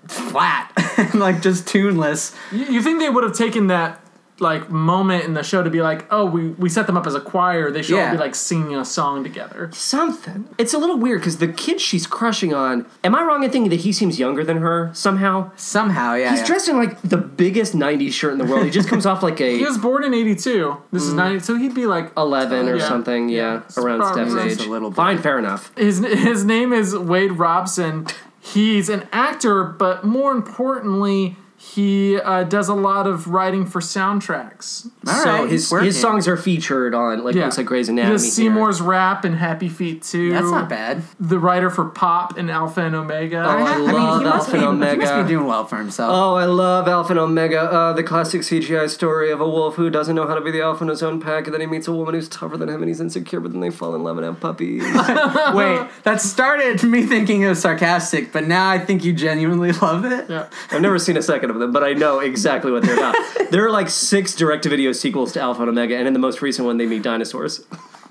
S4: flat. *laughs* and like just tuneless.
S3: You, you think they would have taken that like moment in the show to be like, oh, we, we set them up as a choir. They should
S4: Yeah.
S3: all be like singing a song together.
S2: Something. It's a little weird because the kid she's crushing on. Am I wrong in thinking that he seems younger than her somehow? uh,
S4: Somehow, yeah.
S2: He's
S4: yeah.
S2: dressed in like the biggest '90s shirt in the world. *laughs* He just comes off like
S3: He
S2: a
S3: was born in '82. This
S2: Mm.
S3: is '90, so he'd be like
S2: eleven or
S3: Yeah.
S2: something, yeah,
S3: It's
S2: around
S3: probably
S2: Steph's
S3: around
S2: age.
S4: a little bit.
S2: Fine, fair enough.
S3: his his name is Wade Robson. He's an actor, but more importantly, he uh, does a lot of writing for soundtracks.
S4: All
S2: so
S4: right, he's
S2: his
S4: working.
S2: his songs are featured on like looks like Grey's
S3: He
S2: Anatomy.
S3: does
S2: here.
S3: Seymour's Rap and Happy Feet too.
S4: That's not bad.
S3: The writer for Pop and Alpha and Omega.
S2: Oh, I love Alpha
S4: be,
S2: and
S4: he must
S2: Omega.
S4: be doing well for himself.
S2: Oh, I love Alpha and Omega, uh, the classic CGI story of a wolf who doesn't know how to be the alpha in his own pack, and then he meets a woman who's tougher than him and he's insecure, but then they fall in love and have *laughs* puppies.
S4: Wait, Oh, that started me thinking it was sarcastic, but now I think you genuinely *laughs* love it.
S3: Yeah.
S2: I've never seen a second of them, but I know exactly what they're *laughs* about. there are like six direct to video sequels to Alpha and Omega, and in the most recent one, they meet dinosaurs.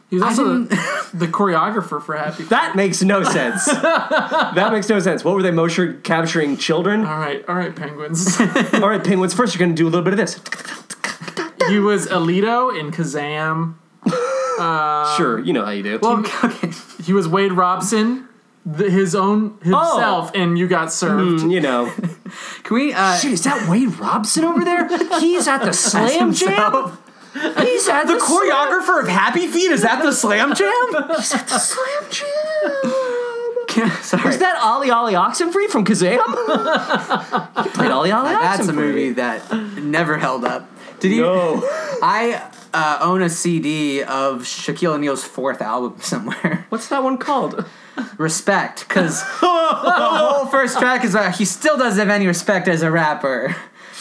S3: He's also the, the choreographer
S2: *laughs*
S3: for Happy. Feet.
S2: That makes no *laughs* sense. that makes no sense. What were they motion capturing children?
S3: All right, all right, penguins. *laughs*
S2: All right, penguins, first you're going to do a little bit of this.
S3: he was Alito in Kazam.
S2: sure, you know how you do.
S4: Well, okay.
S3: He was Wade Robson, th his own
S4: Oh.
S3: himself, and you got
S4: Hmm.
S3: served.
S2: you know.
S4: Can we? Uh,
S2: Dude, is that Wade Robson over there? He's at *laughs* the Slam Jam. He's at the,
S4: choreographer of Happy Feet is that the Slam Jam?
S2: Slam Jam.
S4: *laughs* Sorry,
S2: Is that Ollie Ollie Oxenfree from Kazam? he played Ollie Ollie Oxenfree.
S4: that's a movie that never held up. Did you?
S2: No.
S4: *laughs* I uh, own a CD of Shaquille O'Neal's fourth album *laughs* somewhere.
S2: What's that one called?
S4: respect, *laughs* because the whole first track is about he still doesn't have any respect as a rapper.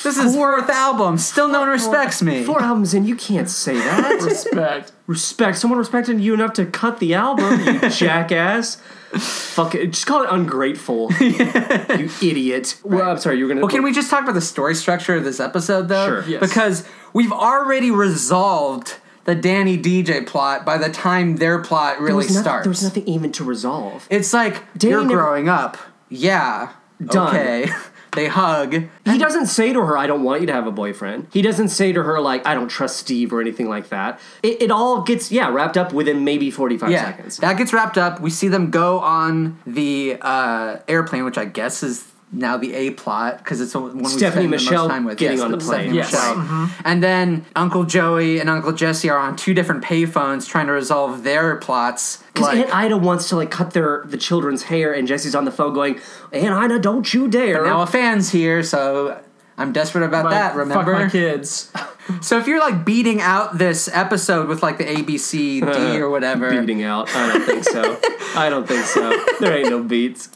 S4: This is fourth album, still no one respects me.
S2: Four albums in, you can't say that. *laughs*
S3: Respect.
S2: Respect. Someone respected you enough to cut the album, *laughs* you jackass. Fuck it. Just call it *laughs* ungrateful. You idiot. Well, I'm sorry, you were gonna.
S4: Well, can we just talk about the story structure of this episode, though?
S2: Sure. Yes.
S4: Because we've already resolved the Danny DJ plot by the time their plot
S2: There
S4: really
S2: was, nothing,
S4: starts.
S2: there was nothing even to resolve.
S4: It's like
S2: Danny
S4: you're
S2: never-
S4: growing up. Yeah.
S2: Done.
S4: Okay. *laughs* they hug.
S2: He doesn't say to her, I don't want you to have a boyfriend. He doesn't say to her, like, I don't trust Steve or anything like that. It, it all gets, yeah, wrapped up within maybe 45
S4: Yeah.
S2: seconds.
S4: That gets wrapped up. We see them go on the uh, airplane, which I guess is now the A plot because it's the one we
S2: Stephanie
S4: spend the
S2: Michelle
S4: most time with.
S2: getting
S4: Yes,
S2: on the plane.
S4: Stephanie
S3: Yes. Mm-hmm.
S4: Michelle. And then Uncle Joey and Uncle Jesse are on two different payphones trying to resolve their plots.
S2: Because
S4: Like,
S2: Aunt Ida wants to, like, cut their the children's hair, and Jesse's on the phone going, Aunt Ida, don't you dare.
S4: now a fan's here, so I'm desperate about
S3: Like,
S4: that. Remember,
S3: Fuck my kids.
S4: so if you're like beating out this episode with like the ABC
S2: *laughs*
S4: D or whatever,
S2: beating out. I don't think
S4: *laughs*
S2: so. I don't think so. There ain't no beats.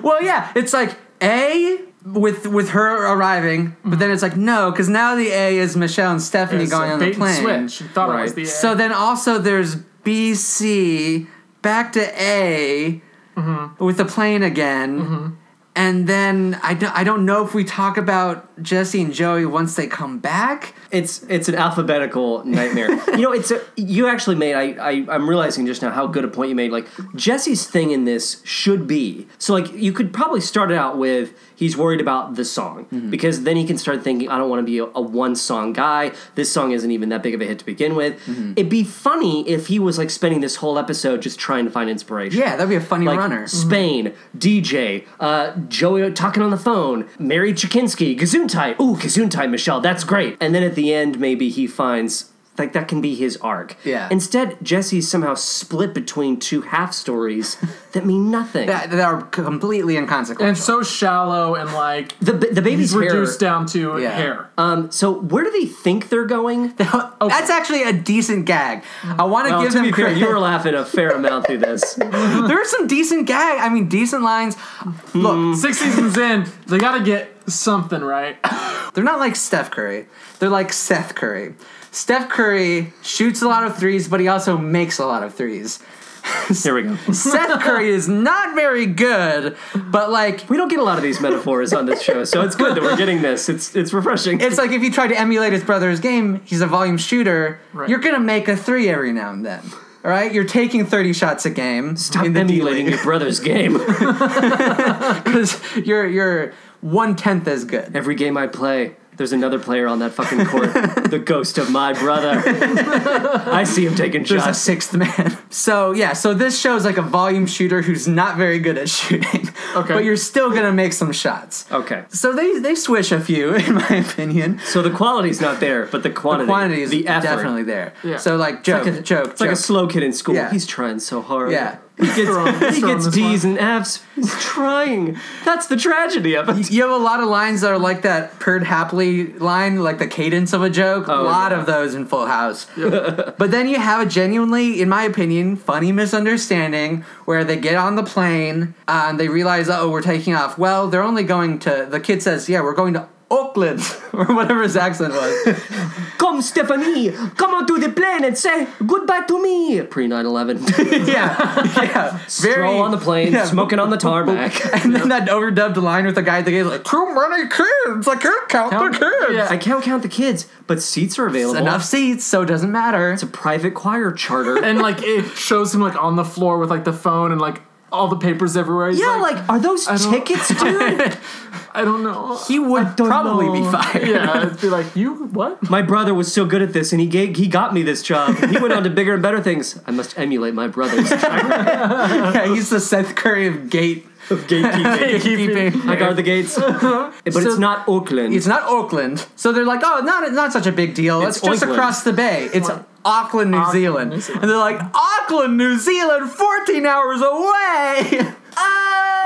S4: Well, yeah, it's like A with with her arriving, but then it's like no, because now the A is Michelle and Stephanie
S3: It's
S4: going
S3: a
S4: on the
S3: bait
S4: plane.
S3: And switch. You thought it was
S2: Right.
S3: the
S4: So then also there's B C back to A
S2: Mm-hmm.
S4: with the plane again. And then I don't, I don't know if we talk about Jesse and Joey once they come back.
S2: It's it's an alphabetical nightmare. you know, it's a you actually made. I, I I'm realizing just now how good a point you made. Like Jesse's thing in this should be so. Like you could probably start it out with he's worried about the song because then he can start thinking I don't want to be a, a one song guy. This song isn't even that big of a hit to begin with. It'd be funny if he was like spending this whole episode just trying to find inspiration.
S4: Yeah, that'd be a funny
S2: like
S4: runner. Mm-hmm.
S2: Spain, DJ, uh, Joey talking on the phone, Mary Chikinsky, Gazuntai. Ooh, Gazuntai, Michelle, that's great. And then at the end, maybe he finds like that can be his arc.
S4: Yeah.
S2: Instead, Jesse's somehow split between two half
S4: *laughs*
S2: stories that mean nothing.
S4: That, that are completely
S3: and
S4: inconsequential.
S3: so shallow and like
S2: the the baby's
S3: he's
S2: hair.
S3: reduced down to
S4: Yeah.
S3: hair.
S2: Um, so where do they think they're going? *laughs*
S4: That's actually a decent gag. I want to
S2: oh, Well,
S4: give
S2: to
S4: them
S2: be fair,
S4: credit.
S2: you
S4: *laughs*
S2: were laughing a fair amount through this.
S4: there are some decent gag. I mean, decent lines. Look,
S3: Six seasons in, they gotta get something right.
S4: they're not like Steph Curry. They're like Seth Curry. Steph Curry shoots a lot of threes, but he also makes a lot of threes.
S2: Here we go.
S4: Seth Curry is not very good, but like
S2: We don't get a lot of these metaphors on this show, so it's good that we're getting this. It's it's refreshing.
S4: it's like if you try to emulate his brother's game, he's a volume shooter.
S3: Right.
S4: You're gonna make a three every now and then. All right, you're taking 30 shots a game
S2: Stop
S4: in the D
S2: emulating
S4: *laughs* league
S2: your brother's game.
S4: because *laughs* you're you're one tenth as good.
S2: Every game I play, there's another player on that fucking
S4: *laughs*
S2: court. the ghost of my brother. I see him taking
S4: There's a
S2: shots.
S4: sixth man. *laughs* So yeah, so this shows like a volume shooter who's not very good at shooting.
S3: Okay.
S4: But you're still gonna make some shots.
S2: Okay.
S4: So they they switch a few, *laughs* in my opinion.
S2: So the quality's not there, but the quantity,
S4: The quantity is
S2: the effort.
S4: definitely there.
S3: Yeah.
S4: So like joke,
S2: It's like a-
S4: joke,
S2: It's like a
S4: joke.
S2: slow kid in school.
S4: Yeah.
S2: He's trying so hard.
S4: yeah.
S2: He gets,
S3: Strong-
S2: he
S3: strong
S2: gets
S3: this
S2: D's and F's. He's trying. That's the tragedy of it.
S4: You have a lot of lines that are like that Perd Hapley line, like the cadence of a joke. a lot
S2: Oh, yeah.
S4: of those in Full House. *laughs* but then you have a genuinely, in my opinion, funny misunderstanding where they get on the plane uh, and they realize, oh, we're taking off. Well, they're only going to, the kid says, yeah, we're going to Oakland, *laughs* or whatever his accent was. *laughs*
S2: Come, Stephanie. Come onto the plane and say goodbye to me. Pre 9
S4: *laughs*
S2: 11.
S4: yeah. Yeah.
S2: Stroll on the plane,
S4: *laughs* yeah.
S2: smoking on the tarmac.
S4: And then that overdubbed line with the guy at the gate, like, too many kids. I can't count,
S3: Count-
S4: the kids.
S3: yeah.
S2: I can't count the kids, but seats are available.
S4: Enough seats, so it doesn't matter.
S2: It's a private choir charter. *laughs*
S3: and like it shows him like on the floor with like the phone and like all the papers everywhere. He's
S2: yeah, like, are those
S3: don't-
S2: tickets, *laughs* dude?
S3: I don't
S4: *laughs*
S3: know.
S4: he would
S2: don't
S4: probably be
S2: know.
S4: fired.
S3: yeah, it'd be like you what?
S2: my brother was so good at this, and he gave, he got me this job. He went on to bigger and better things. I must emulate my brother's track
S4: Yeah, he's the Seth Curry of gate.
S2: *laughs* of gatekeeping. I guard the *laughs* gates, but it's not Oakland.
S4: It's not Oakland, so they're like, oh, not not such a big deal. It's,
S2: It's
S4: just
S2: Oakland.
S4: across the bay. It's Auckland, New
S3: Auckland,
S4: Zealand.
S3: New Zealand.
S4: and they're like, Auckland, New Zealand, fourteen hours away.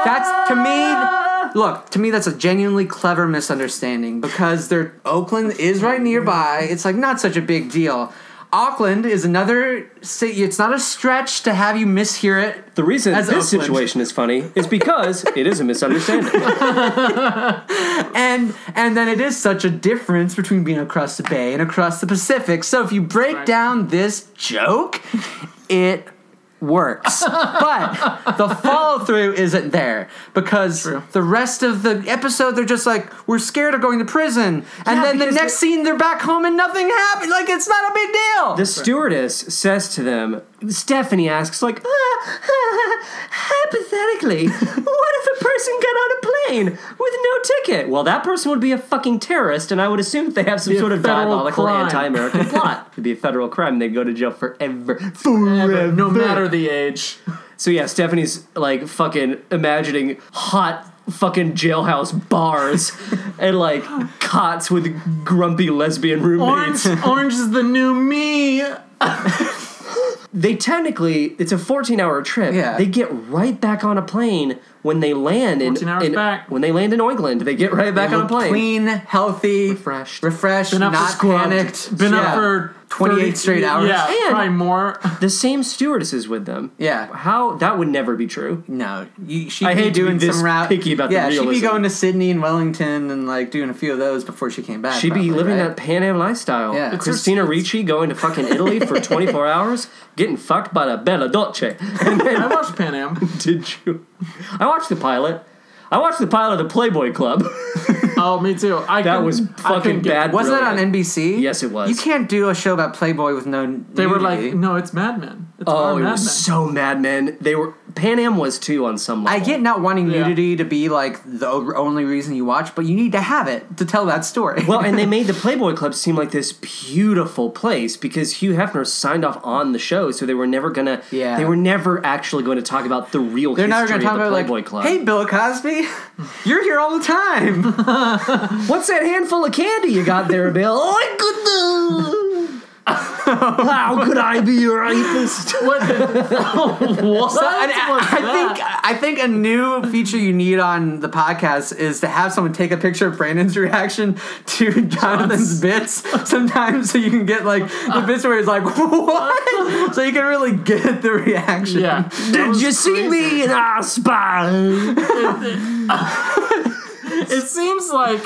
S4: that's to me. Look, to me, that's a genuinely clever misunderstanding because they're Oakland is right nearby. It's like not such a big deal. Auckland is another city. It's not a stretch to have you mishear it
S2: The reason
S4: As
S2: this
S4: Oakland.
S2: situation is funny is because it is a misunderstanding. *laughs*
S4: and and then it is such a difference between being across the bay and across the Pacific. So if you break
S3: Right.
S4: down this joke, it works. but the follow through isn't there because
S3: True.
S4: the rest of the episode they're just like we're scared of going to prison, and
S2: Yeah,
S4: then the
S2: because
S4: next scene they're back home and nothing happened. Like it's not a big deal.
S2: The stewardess says to them, Stephanie asks, like, ah, *laughs*
S3: *laughs*
S2: hypothetically, what if a person got on a plane with no ticket? Well, that person would be a fucking terrorist, and I would assume that they have some
S3: Be a
S2: sort of
S3: federal
S2: diabolical
S3: crime.
S2: anti American
S3: *laughs*
S2: plot. It'd be a federal crime, they'd go to jail forever. Forever.
S3: No matter the age.
S2: So, yeah, Stephanie's like fucking imagining hot. Fucking jailhouse
S3: *laughs*
S2: bars and like cots with grumpy lesbian roommates.
S3: Orange *laughs* Orange is the new me.
S2: they technically it's a 14 hour trip
S4: Yeah.
S2: they get right back on a plane when they land in,
S3: 14 hours
S2: in-
S3: back.
S2: when they land in England they get right back on a plane
S4: Clean, healthy,
S2: Refreshed.
S4: refreshed,
S3: Been up for
S4: not
S3: scrubbed.
S4: panicked.
S3: Been
S4: Yeah.
S3: up for
S4: 28
S3: 30
S4: straight hours.
S3: Yeah,
S2: And-
S3: probably *laughs* more.
S2: the same stewardesses with them
S4: Yeah.
S2: how that would never be true
S4: No, you, she'd
S2: I
S4: be
S2: hate to be
S4: doing
S2: this
S4: some route.
S2: picky about the
S4: yeah, she'd be
S2: realism.
S4: going to Sydney and Wellington and like doing a few of those before she came back.
S2: she'd
S4: probably,
S2: be living
S4: right?
S2: that Pan Am lifestyle
S4: Yeah. It's her-
S2: Christina Ricci going to fucking Italy
S4: *laughs*
S2: for 24 hours getting fucked by the Bella Dolce *laughs* and
S3: I
S2: then
S3: watched Pan Am.
S2: did you I watched the pilot I watched the pilot of the Playboy Club *laughs*
S3: Oh, me too. I
S2: that
S3: couldn't-
S2: was
S3: I couldn't
S2: fucking
S3: get-
S2: bad
S4: Wasn't that on
S2: brilliant.
S4: NBC?
S2: Yes, it was.
S4: You can't do a show about Playboy with no.
S3: They were like, no, it's Mad Men. It's our
S2: Oh, it
S3: Mad
S2: was
S3: Men.
S2: so Mad Men. They were Pan Am was too on some
S4: I
S2: level.
S4: get not wanting
S3: Yeah.
S4: nudity to be like the only reason you watch, but you need to have it to tell that story.
S2: well, and they made the Playboy Club seem like this beautiful place because Hugh Hefner signed off on the show, so they were never gonna.
S4: Yeah.
S2: They were never actually going to talk about the real
S4: *laughs* They're never
S2: history
S4: going to talk
S2: of the
S4: about like,
S2: Playboy Club.
S4: hey, Bill Cosby, *laughs* you're here all the time.
S2: what's that handful of candy you got there, *laughs* Bill? oh, I could. *laughs* How could I be your rapist?
S3: What? what?
S4: And I, I think I think a new feature you need on the podcast is to have someone take a picture of Brandon's *laughs* reaction to Jonathan's bits sometimes, so you can get like the
S3: Uh.
S4: bits where he's like, *laughs* "What?" so you can really get the *laughs* reaction.
S3: Yeah.
S2: *laughs* Did you see me in our spy?
S3: It seems *laughs* like.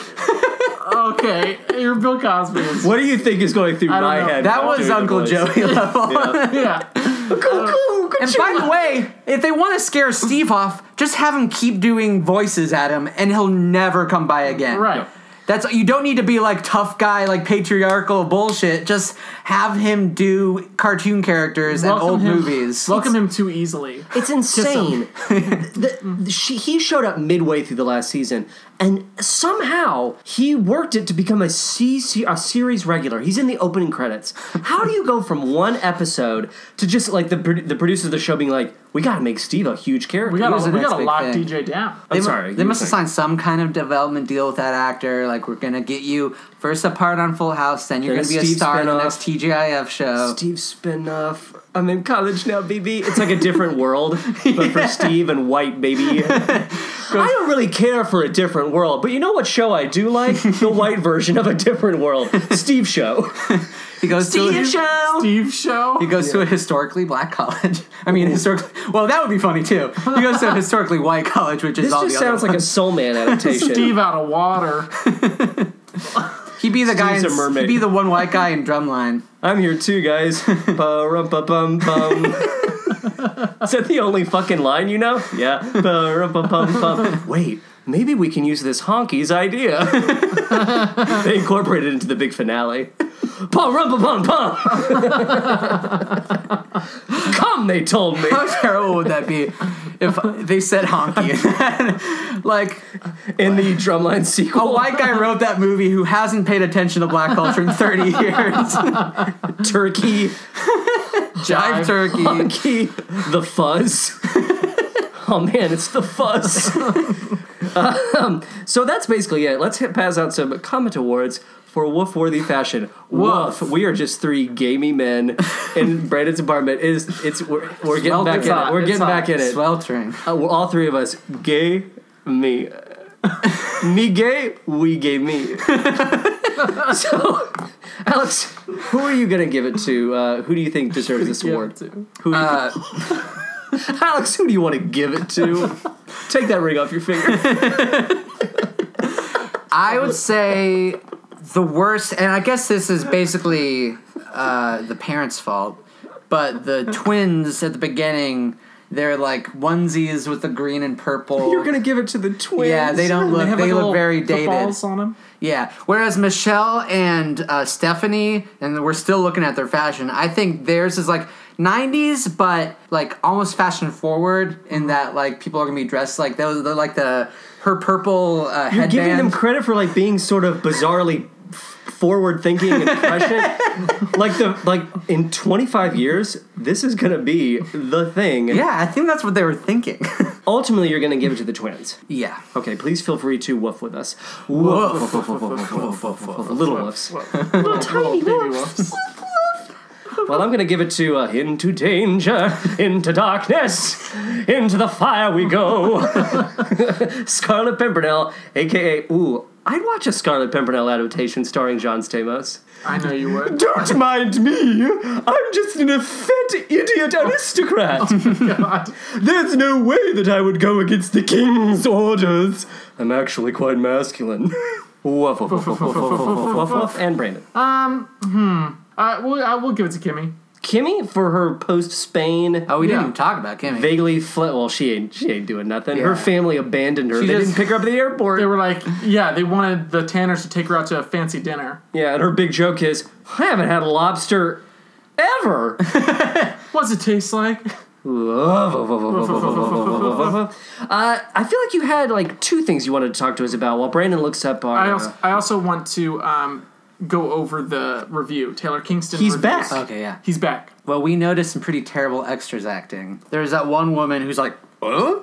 S3: Okay, you're Bill Cosby. is-
S2: What do you think is going through
S3: don't
S2: my
S3: know.
S2: head?
S4: That
S2: while
S4: was
S2: doing the
S4: Uncle
S2: voice?
S3: *laughs*
S4: Joey level.
S3: Yeah.
S2: *laughs* Cuckoo,
S4: And by the way, if they want to scare Steve off, just have him keep doing voices at him, and he'll never come by again.
S3: Right.
S4: That's you don't need to be like tough guy like patriarchal bullshit. Just have him do cartoon characters and old
S3: him,
S4: movies.
S3: Welcome him too easily.
S2: It's
S4: *laughs*
S2: insane. The- the- she, he showed up midway through the last season, and somehow he worked it to become a, CC, a series regular. He's in the opening credits. How do you go from one episode to just like the pro- the producer of the show being like, "We got to make Steve a huge character."
S3: We got
S4: Here's
S3: to
S4: the
S3: we got to
S4: next
S3: lock
S4: big thing.
S3: DJ down.
S2: I'm
S4: mu-
S2: sorry.
S4: They
S2: you
S4: must
S2: were
S4: have
S2: saying.
S4: signed some kind of development deal with that actor. Like, we're going to get you first a part on Full House, then you're
S2: Then
S4: going
S2: a
S4: to be a
S2: Steve
S4: star in the
S2: spinoff.
S4: next TGIF show.
S2: Steve Spinoff. I'm in college now, BB. It's like a different world, but for Steve and white baby. I don't really care for a different world, but you know what show I do like? the white version of a different world, Steve Show.
S4: He goes to a,
S2: Show.
S3: Steve show.
S4: He goes to a historically black college. *laughs* I mean, historically. Well, that would be funny too. He
S2: *laughs*
S4: goes to a historically white college, which is
S2: This
S4: all
S2: just
S4: the other
S2: sounds like a Soul Man adaptation.
S3: Steve out of water.
S4: He'd be the guy.
S2: Steve's
S4: In,
S2: a mermaid.
S4: He'd be the one white guy
S2: *laughs*
S4: in Drumline.
S2: I'm here too, guys. *laughs* Ba-rum-ba-bum-bum. Is that the only fucking line you know? Yeah. Ba-rum-ba-bum-bum. Wait, maybe we can use this honky's idea. they incorporated it into the big finale. Ba-rum-ba-bum-bum. Come, they told me.
S4: How terrible would that be if they said honky? *laughs* like
S2: In the drumline
S4: a
S2: sequel,
S4: white guy wrote that movie who hasn't paid attention to black culture in
S2: *laughs*
S4: 30 years.
S2: turkey,
S4: Jive
S2: *laughs*
S4: turkey.
S2: honky, the fuzz. oh man, it's the fuzz. um, so that's basically it. Let's hit pass out some comment awards for woofworthy fashion. Woof. We are just three gamey men
S3: *laughs*
S2: in Brandon's apartment. It is it's we're, we're getting
S4: Swell
S2: back in
S4: hot.
S2: it. We're
S3: It's
S2: getting
S3: hot.
S2: back in it.
S4: Sweltering.
S2: Uh, we're all three of us gay
S3: *laughs*
S2: me. me gay, we gay me. so, Alex, who are you gonna give it to? Uh, who do you think deserves this
S3: give
S2: award?
S3: it to?
S2: Who do you
S4: Uh,
S2: Alex, who do you want to give it to? Take that ring off your finger.
S4: I would say the worst, and I guess this is basically uh, the parents' fault. But the twins at the beginning, they're like onesies with the green and
S2: *laughs*
S4: purple.
S2: You're gonna give it to the twins.
S4: yeah, they don't look. They,
S3: have, like,
S4: look
S3: little
S4: very dated.
S3: footballs on them.
S4: Yeah. Whereas Michelle and uh, Stephanie, and we're still looking at their fashion. I think theirs is like '90s, but like almost fashion forward in that like people are gonna be dressed like those. They're like the her purple uh,
S2: You're
S4: headband.
S2: giving them credit for like being sort of bizarrely forward thinking and prescient. like the like in 25 years, this is gonna be the thing.
S4: yeah, I think that's what they were thinking. *laughs*
S2: Ultimately, you're gonna give it to the twins.
S4: yeah.
S2: Okay, please feel free to woof with us. Woof, little woofs.
S3: Little tiny baby wolves.
S2: Well, I'm gonna give it to uh, into danger, into darkness, into the fire we go. *laughs* Scarlet Pimpernel, aka ooh, I'd watch a Scarlet Pimpernel adaptation starring John Stamos.
S3: *laughs* I know you
S2: *laughs*
S3: would.
S2: Don't mind me. I'm just an effete idiot *laughs* aristocrat.
S3: God.
S2: There's no way that I would go against the king's orders. I'm actually quite masculine. Woof, woof, woof, woof, woof, woof, woof, woof, woof, and Brandon.
S3: I will. Uh, I will give it to Kimmy.
S2: Kimmy for her post Spain
S4: Oh, we
S3: Yeah.
S4: didn't even talk about Kimmy.
S2: vaguely fled. Well, she ain't she ain't doing nothing.
S4: Yeah.
S2: Her family abandoned her.
S4: She
S2: they
S4: just-
S2: didn't pick her up at the airport.
S3: They were like, yeah, they wanted the Tanners to take her out to a fancy dinner.
S2: yeah, and her big joke is, I haven't had a lobster
S4: *laughs*
S2: ever.
S3: What's it taste like?
S2: uh, I feel like you had like two things you wanted to talk to us about while Brandon looks up on.
S3: I
S2: uh,
S3: also, I also want to um, go over the review. Taylor Kingston.
S2: He's
S3: reviews.
S2: back.
S4: Okay, yeah.
S3: He's back.
S4: Well, we noticed some pretty terrible extras acting. There's that one woman who's like, "Uh?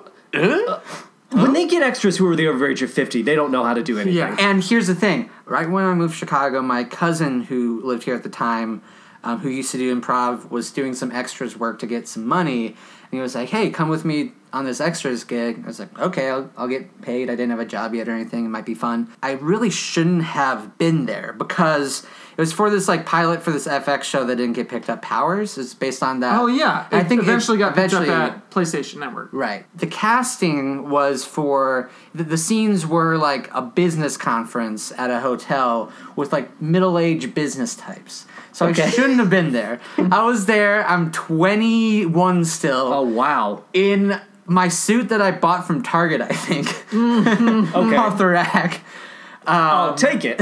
S2: when they get extras who are the overage of fifty, they don't know how to do anything.
S3: Yeah.
S4: and here's the thing. Right when I moved to Chicago, my cousin who lived here at the time, um, who used to do improv, was doing some extras work to get some money. And he was like, hey, come with me on this extras gig. I was like, okay, I'll, I'll get paid. I didn't have a job yet or anything. It might be fun. I really shouldn't have been there because it was for this like pilot for this FX show that didn't get picked up. Powers It's based on that.
S3: Oh yeah.
S4: I
S3: It
S4: think it
S3: eventually got picked up
S4: eventually-
S3: at PlayStation Network.
S4: Right. The casting was for the, the scenes were like a business conference at a hotel with like middle-aged business types. So I
S2: Okay.
S4: shouldn't have been there. I was there. I'm 21 still
S2: Oh wow.
S4: in my suit that I bought from Target, I think, *laughs*
S2: Okay.
S4: off the rack.
S2: I'll take it.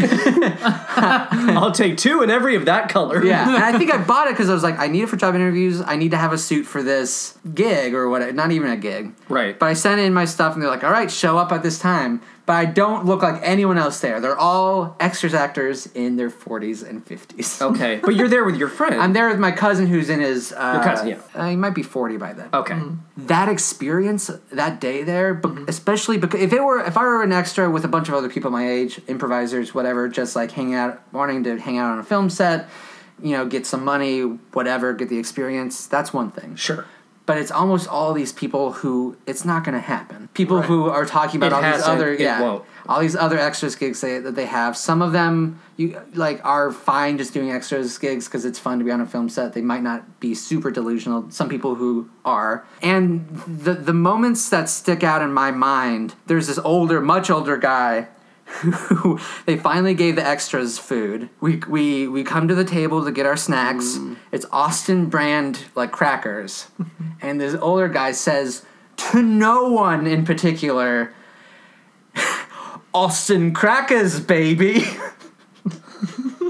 S2: *laughs* I'll take two in every of that color.
S4: Yeah, and I think I bought it because I was like, I need it for job interviews. I need to have a suit for this gig or whatever. Not even a gig.
S2: Right.
S4: But I sent in my stuff, and they're like, "All right, show up at this time." But I don't look like anyone else there. They're all extras actors in their 40s and 50s.
S2: Okay. But you're there with your friend.
S4: I'm there with my cousin who's in his. Uh,
S2: cousin, yeah. Oh.
S4: uh, he might be 40 by then.
S2: okay.
S4: That experience that day there, but
S2: Mm-hmm.
S4: especially because if it were if I were an extra with a bunch of other people my age, improvisers, whatever, just like hanging out, wanting to hang out on a film set, you know, get some money, whatever, get the experience. That's one thing.
S2: Sure.
S4: But it's almost all these people who it's not going to happen. People who are talking about
S2: It
S4: all these
S2: hasn't,
S4: other
S2: it
S4: yeah,
S2: won't.
S4: all these other extras gigs they, that they have. Some of them you like are fine just doing extras gigs because it's fun to be on a film set. They might not be super delusional. Some people who are, and the the moments that stick out in my mind. There's this older, much older guy. Who *laughs* they finally gave the extras food. We, we we come to the table to get our snacks. It's Austin brand like crackers, and this older guy says to no one in particular, *laughs* Austin Crackers, baby. *laughs*